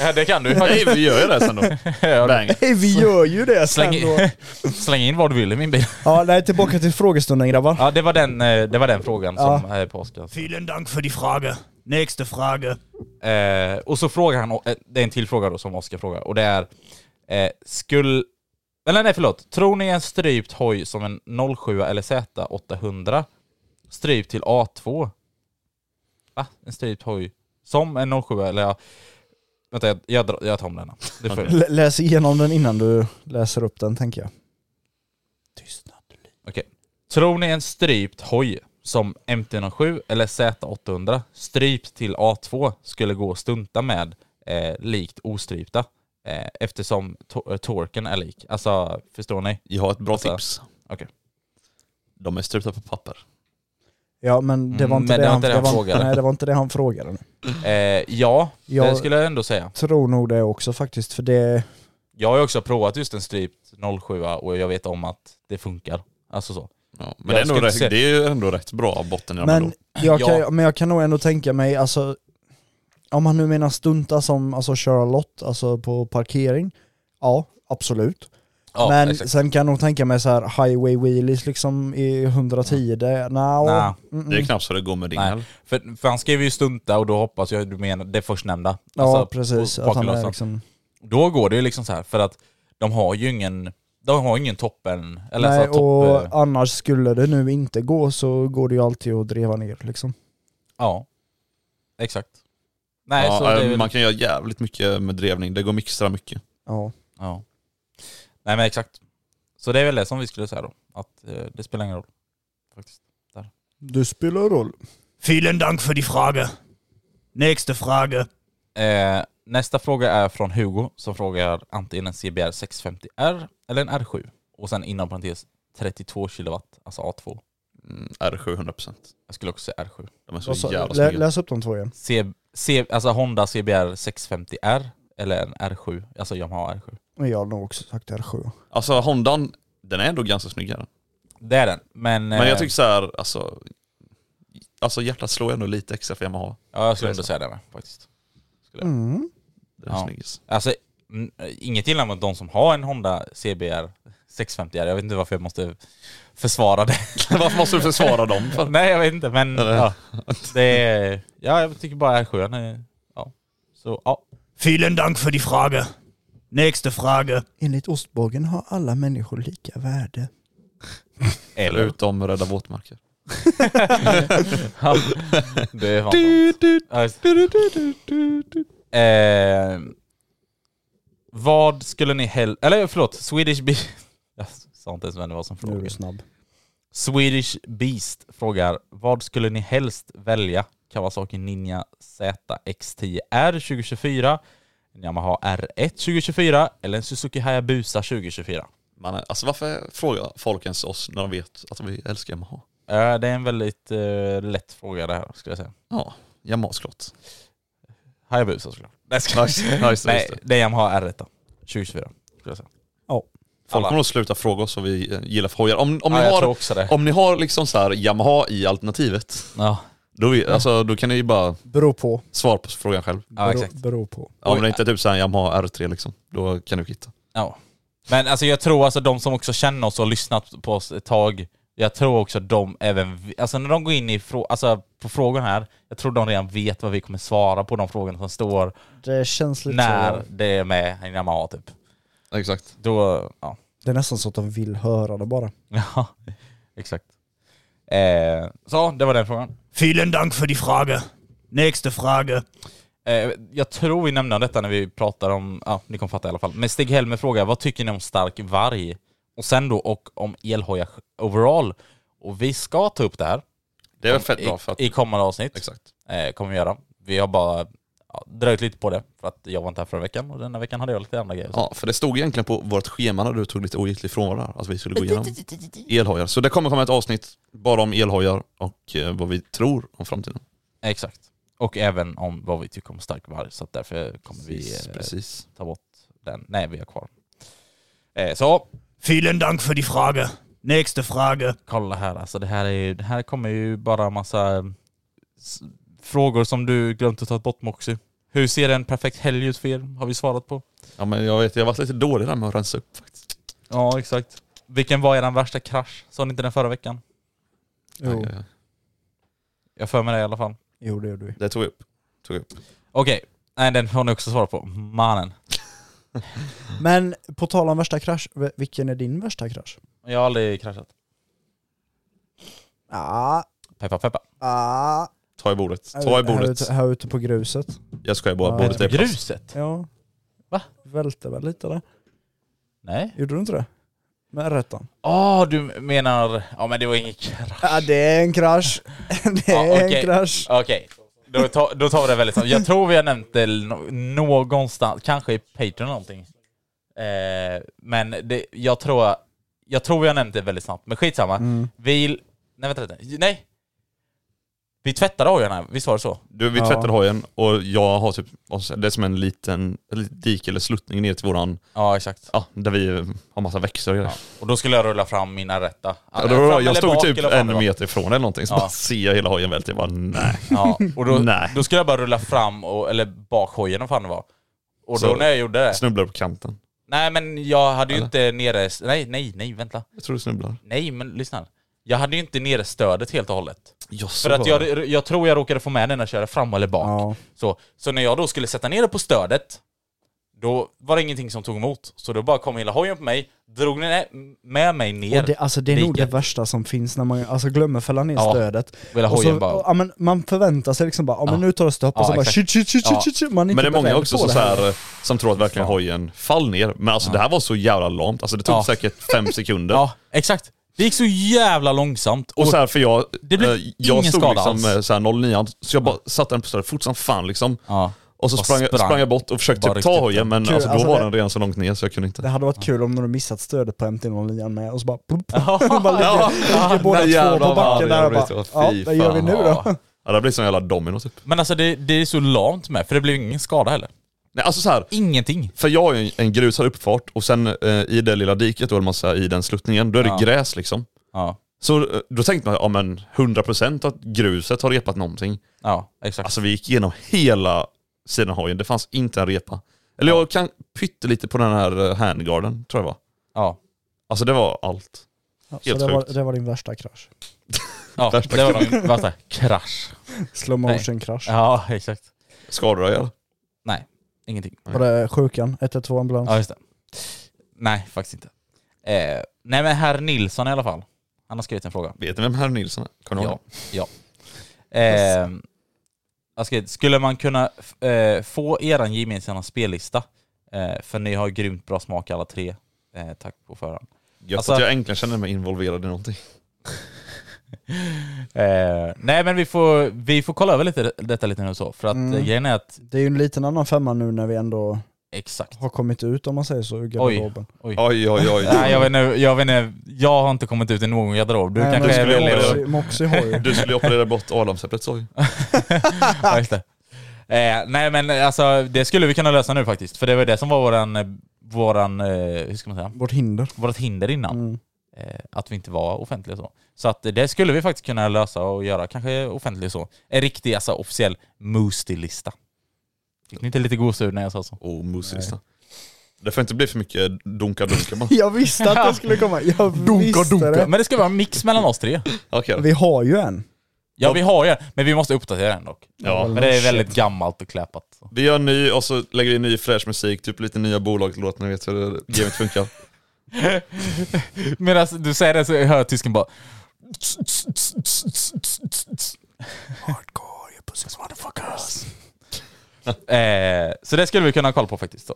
Ja, det kan du Nej, faktiskt. vi gör ju det sen då. Ja, Bang. Hey, vi gör ju det sen Släng, då. in- släng in vad du vill i min bil. Ja, nej tillbaka till frågestunden grabbar. Ja, det var den, eh, det var den frågan Ja. som eh, är på Oscar. Vielen Dank für die Frage. Nächste Frage. Eh, och så frågar han, eh, det är en till fråga då som Oscar frågar, och det är eh, Skulle... Eller nej förlåt, tror ni en strypt hoj som en 07 eller Z800 strypt till A2? Va? En strypt hoj som en 07 eller ja... Vänta jag, jag, drar- jag tar om denna. Det får L- läs igenom den innan du läser upp den tänker jag. Tror ni en strypt hoj som MT-07 eller Z800 strypt till A2 skulle gå att stunta med eh, likt ostrypta? Eh, eftersom to- eh, torken är lik. Alltså, förstår ni? Jag har ett bra Alltså, tips. okej. De är strupta på papper. Ja men det var Mm, inte, men det, han, det, var, frågade. nej, det var inte det han frågade. Eh, ja, det Jag- skulle jag ändå säga. Tror nog det också faktiskt för det... Jag har ju också provat just en strypt 07 och jag vet om att det funkar. Alltså så. Ja, men Jag det är, ändå skulle rätt, inte det är ju ändå rätt bra botten i de Men ändå. jag, kan, Ja. men jag kan nog ändå tänka mig, alltså, om man nu menar stunta som alltså, köra lott, alltså på parkering, ja, absolut. Ja, men exakt. sen kan jag nog tänka mig så här highway wheelies liksom i 110, det, no, Nä. Det är knappt så det går med din mm, Nej, heller. för, för han skrev ju stunta och då hoppas jag du menar det förstnämnda. ja Alltså, precis. på- Att han är bakgrunden. liksom, Då går det ju liksom så här för att de har ju ingen, de har ju ingen toppen, eller nej, alltså och topp... eh, annars skulle det nu inte gå så går det ju alltid att driva ner liksom. Ja, exakt. Nej, ja, eh, så det är väl... Man kan göra jävligt mycket med drevning, det går att mixtra mycket. Ja. Ja. Nej men exakt. Så det är väl det som vi skulle säga då. Att eh, det spelar ingen roll. Faktiskt. Det spelar roll. Vielen Dank für die Frage. Nächste Frage. Eh, nästa fråga är från Hugo som frågar antingen en CBR 650R eller en R7. Och sen inom parentes 32 kilowatt, alltså A2. Mm, R700%. Jag skulle också säga R7. De är så Vad sa- jävla lä, snygga. läs upp de två igen. C, C, alltså Honda CBR 650R eller en R7, alltså Yamaha R7. Och Jag har nog också sagt R7. Alltså Hondan, den är ändå ganska snygg. här. Det är den, men... Men eh, jag tycker så här, alltså, alltså hjärtat slår ändå lite extra för Yamaha. Ja, jag skulle ändå säga det med faktiskt. Mm. Den är Ja. snyggis. Alltså, n- inget illa mot de som har en Honda CBR 650R. Jag vet inte varför jag måste försvara det. Varför måste du försvara dem? För? Nej, jag vet inte, men Eller- ja, det är, ja, jag tycker bara R7 är... Ja. Så, ja. Vielen Dank für die Frage. Nächste Frage. Enligt ostbågen har alla människor lika värde. Eller utom Rädda Våtmarker. Ja, det är fan sant. Ja, just- eh, Vad skulle ni hellre... Eller förlåt, Swedish Beast... Jag sa inte ens vem det var som Nu är frågade. du snabb. Swedish Beast frågar Vad skulle ni helst välja? Kawasaki Ninja ZX10R 2024 en Yamaha R1 2024 eller en Suzuki Hayabusa 2024? Man är, alltså varför frågar folk ens oss när de vet att vi älskar Yamaha? Eh, Det är en väldigt eh, lätt fråga det här skulle jag säga. Ja, Yamahas klott. Hayabusa såklart. Nej, ska... Nice, nice, nice. Nej, det är Yamaha R1 då. 2024 skulle jag säga. Folk alla. kommer nog sluta fråga oss vad vi eh, gillar för hojar. Om, om, ja, ni, jag tror har, också det. om ni har liksom så här Yamaha i alternativet, Ja, då, vi, alltså, då kan ni ju bara Beror på. svara på frågan själv. ja exakt. Beror, beror på. Ja, om det inte är typ så här Yamaha R3 liksom, då kan du hitta. Ja. Men alltså jag tror alltså de som också känner oss och har lyssnat på oss ett tag, jag tror också de även, vi- alltså när de går in i frå- alltså på frågorna här, jag tror de redan vet vad vi kommer svara på de frågorna som står Det känns lite när så. det är med en Yamaha typ. Exakt. Då, ja. Det är nästan så att de vill höra det bara. Ja, exakt. Eh, så, det var den frågan. Vielen Dank für die Frage. Nächste Frage. Eh, jag tror vi nämnde detta när vi pratade om, ja ni kommer fatta i alla fall. Men Stig Helmer frågar, vad tycker ni om stark varg? Och sen då, och om elhojar overall? Och vi ska ta upp det här. Det är väl fett i, bra för att... I kommande avsnitt Exakt. eh, kommer vi göra. Vi har bara ja, dröjt lite på det för att jag var inte här förra veckan och denna veckan hade jag lite andra grejer. Ja, för det stod egentligen på vårt schema när du tog lite ogiltig frånvaro där, att vi skulle gå igenom elhojar. Så det kommer komma ett avsnitt bara om elhojar och eh, vad vi tror om framtiden. Exakt. Och även om vad vi tycker om stark varg så att därför kommer vi eh, Precis. ta bort den. Nej, vi har kvar. Eh, så, Vielen Dank für die Frage. Nächste Frage. kolla här alltså. Det här, är ju, det här kommer ju bara massa eh, s- frågor som du glömt att ta bort Moxie. Hur ser en perfekt helg ut för er? Har vi svarat på. Ja men jag vet, jag har varit lite dålig där med att rensa upp faktiskt. Ja, exakt. Vilken var er värsta krasch? Sa ni inte den förra veckan? Jo, Aj, aj, aj. Jag har för mig det i alla fall. jo det gjorde vi. Det tog jag upp. Tog jag upp. Okej, nej den har ni också svarat på. Mannen. Men på tal om värsta krasch, v- vilken är din värsta krasch? Jag har aldrig kraschat. Ah, Peppa peppa. ah, Ta i bordet. här- Ta i Här bordet. ute, här ute på gruset. Jag skojar bara, Ja. bordet är fast. Gruset? Ja. Va? Välte väl lite där. Nej. Gjorde du inte det? Med rättan. Åh, du menar... Ja men det var ingen krasch. Ja, det är en krasch. det Ja, är okej. en krasch. Okej. Då, ta, då tar vi det väldigt snabbt. Jag tror vi har nämnt det nå- någonstans, kanske i Patreon eller någonting. Eh, men det, jag tror Mm. Mm. jag tror vi har nämnt det väldigt snabbt, men skitsamma. Vi... Nej vänta lite. Nej! Vi tvättade hojarna, visst var det så? Du, vi Ja. tvättade hojen och jag har typ, och så- det är som en liten ett litet dike eller sluttning ner till våran, Ja, exakt. ja, där vi har massa växter och grejer. Och då skulle jag rulla fram mina rätta. Ja, då, Fram eller jag stod bak typ eller fram en eller bak? meter ifrån eller någonting, så Ja. bara ser jag hela hojen välta. Jag bara nej. Ja, och då, Nej. då skulle jag bara rulla fram, och, eller bak hojen vad fan det var. Och då Så- när jag gjorde det... Snubblar på kanten. Nej men jag hade ju Eller? inte nere... Nej, nej, nej, vänta. Jag tror du snubblar. Nej men lyssna. Jag hade ju inte nere stödet helt och hållet. Jag För att jag, jag tror jag råkade få med den att köra fram eller bak. Ja. Så, så när jag då skulle sätta ner det på stödet, då var det ingenting som tog emot. Så då bara kom hela hojen på mig, drog ner, med mig ner. Och det, alltså det är nog det Diket. värsta som finns när man alltså, glömmer fälla ner Ja. stödet. Hela Och så, hojen bara... ja, men man förväntar sig liksom bara, ja, men nu tar det stopp Ja, och så bara exakt. shit, shit, shit, Ja. shit, shit, shit. Man är Men inte det är många beredd också på så, det så här, eh, som tror att verkligen hojen fall ner. Men alltså det här var så jävla lamt. Alltså det tog Ja. säkert fem sekunder. Ja, exakt. Det gick så jävla långsamt. Och så här, för jag, Det blev eh, jag ingen stod skada liksom alls. eh, så här 09 så jag bara satte den på stödet fort som fan liksom. ja. Och så Bara sprang, jag- sprang. sprang jag bort och försökte Bara typ ta riktigt. hojen men Kul, alltså, då alltså var det- den redan så långt ner så jag kunde inte. Det hade varit kul om du hade missat stödet på MT-09 med och så bara, plupp, Ja. bara ligger, ligger båda men jävlar två på vad backen det där och gjorde bara, så. ja, Fy vad gör vi fan. nu då? Ja, det blir som en jävla domino typ. Men alltså det, det är så lamt med, för det blev ingen skada heller. Nej alltså så här, Ingenting. för jag har ju en, en grusad uppfart och sen eh, i det lilla diket då, eller man säger, i den sluttningen, då är det Ja. gräs liksom. Ja, Så eh, då tänkte man, ja men 100% att gruset har repat någonting. ja exakt. Alltså vi gick igenom hela sidan av hojen, det fanns inte en repa. Eller jag kan pyttelite på den här eh, handgarden, tror jag var. ja. Alltså det var allt. Ja, så Helt det var, sjukt. det var din värsta krasch. ja Värsta det var min värsta krasch. Slow motion krasch. Ja, exakt. Skadade jag eller? Nej, ingenting. Var det sjukan? 112 ambulans? Ja, just det. Nej, faktiskt inte. Eh, nej, men herr Nilsson i alla fall. Han har skrivit en fråga. Vet ni vem herr Nilsson är? Kommer ni ihåg Ja. ja. Eh, jag skrev, skulle man kunna f- eh, få eran gemensamma spellista? Eh, för ni har grymt bra smak alla tre. Eh, tack på förhand. Gött Alltså- att jag äntligen känner mig involverad i någonting. Eh, nej men vi får, vi får kolla över lite, detta lite nu så, för att Mm. eh, grejen är att, Det är ju en liten annan femma nu när vi ändå exakt. har kommit ut om man säger så ur garderoben. Oj oj oj. Nej jag vet inte, jag vet inte, jag har inte kommit ut i någon garderob. Du Nej, men kanske skulle jag väljer- vilja- Moxie- Moxie har ju. Du skulle ju operera bort adamsäpplet sa ju. ja, just det. Eh, nej men alltså det skulle vi kunna lösa nu faktiskt, för det var det som var våran, eh, våran, eh, hur ska man säga, Vårt hinder. vårt hinder innan. Mm. Eh, att vi inte var offentliga så. Så att det skulle vi faktiskt kunna lösa och göra, kanske offentliga så. En riktig alltså officiell Moostie-lista. Fick ni inte lite gåshud när jag sa så? Och muslista. Det får inte bli för mycket dunka-dunka bara. Jag visste att det skulle komma. Jag visste det. Men det ska vara en mix mellan oss tre. Okej då. Vi har ju en. Ja vi har ju men vi måste uppdatera den dock. Ja. Men det är väldigt gammalt och kläpat. så. Vi gör en ny och så lägger vi in ny fräsch musik, typ lite nya bolagslåtar, ni vet hur det- gamet funkar. Medan du säger det så hör jag tysken bara... Hardcore, you pussies motherfuckers. eh, så det skulle vi kunna kolla på faktiskt. Så.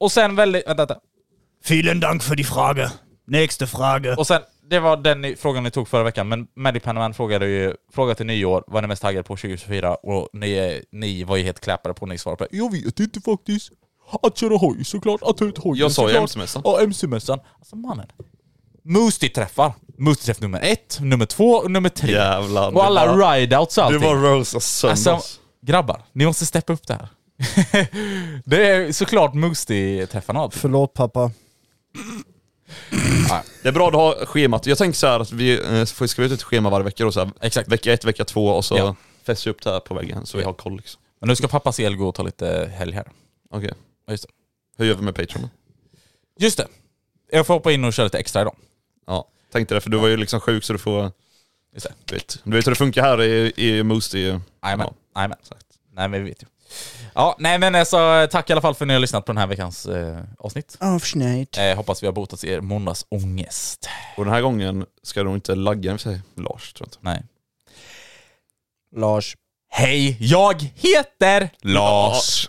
Och sen väldigt... Vänta, vänta. Vielen Dank für die Frage. Nächste Frage. Och sen, det var den ni- frågan ni tog förra veckan, men Maddie Panaman frågade ju, fråga till nyår, vad är ni mest taggade på 2024? Och ni, eh, ni var ju helt kläpade på när ni svarade på det. Jag vet inte faktiskt. Att köra hoj såklart, att ta ut hojen Jag sa ju såklart. MC-mässan. Ja, MC-mässan. Alltså mannen. Moostie-träffar. Moostie-träff nummer ett, nummer två och nummer tre. Jävlar. och alla du var, rideouts och Du allting. var Rosa sönder Alltså, oss. grabbar, ni måste steppa upp det här. det är såklart Moostie-träffarna och allting. Förlåt pappa. Det är bra att ha schemat. Jag tänker så här att vi eh, får skriva ut ett schema varje vecka då så här. Exakt. Vecka ett, vecka två och så Ja. fäster vi upp det här på väggen så vi har koll liksom. Men nu ska pappa Sel gå och ta lite helg här. Okej. Ja, Just det. Hur gör vi med Patreon då? Just det. Jag får hoppa in och köra lite extra idag. Ja, tänkte det för du var ju liksom sjuk så du får... Just det. Du vet, du vet hur det funkar här i, i Moostie. Jajamän. Jajamän. Nej men vi vet ju. Ja, nej men alltså tack i alla fall för att ni har lyssnat på den här veckans eh, avsnitt. Avsnitt. Eh, hoppas vi har botat er måndagsångest. Och den här gången ska du inte lagga för sig. Lars tror jag inte. Nej. Lars. Hej, jag heter Lars.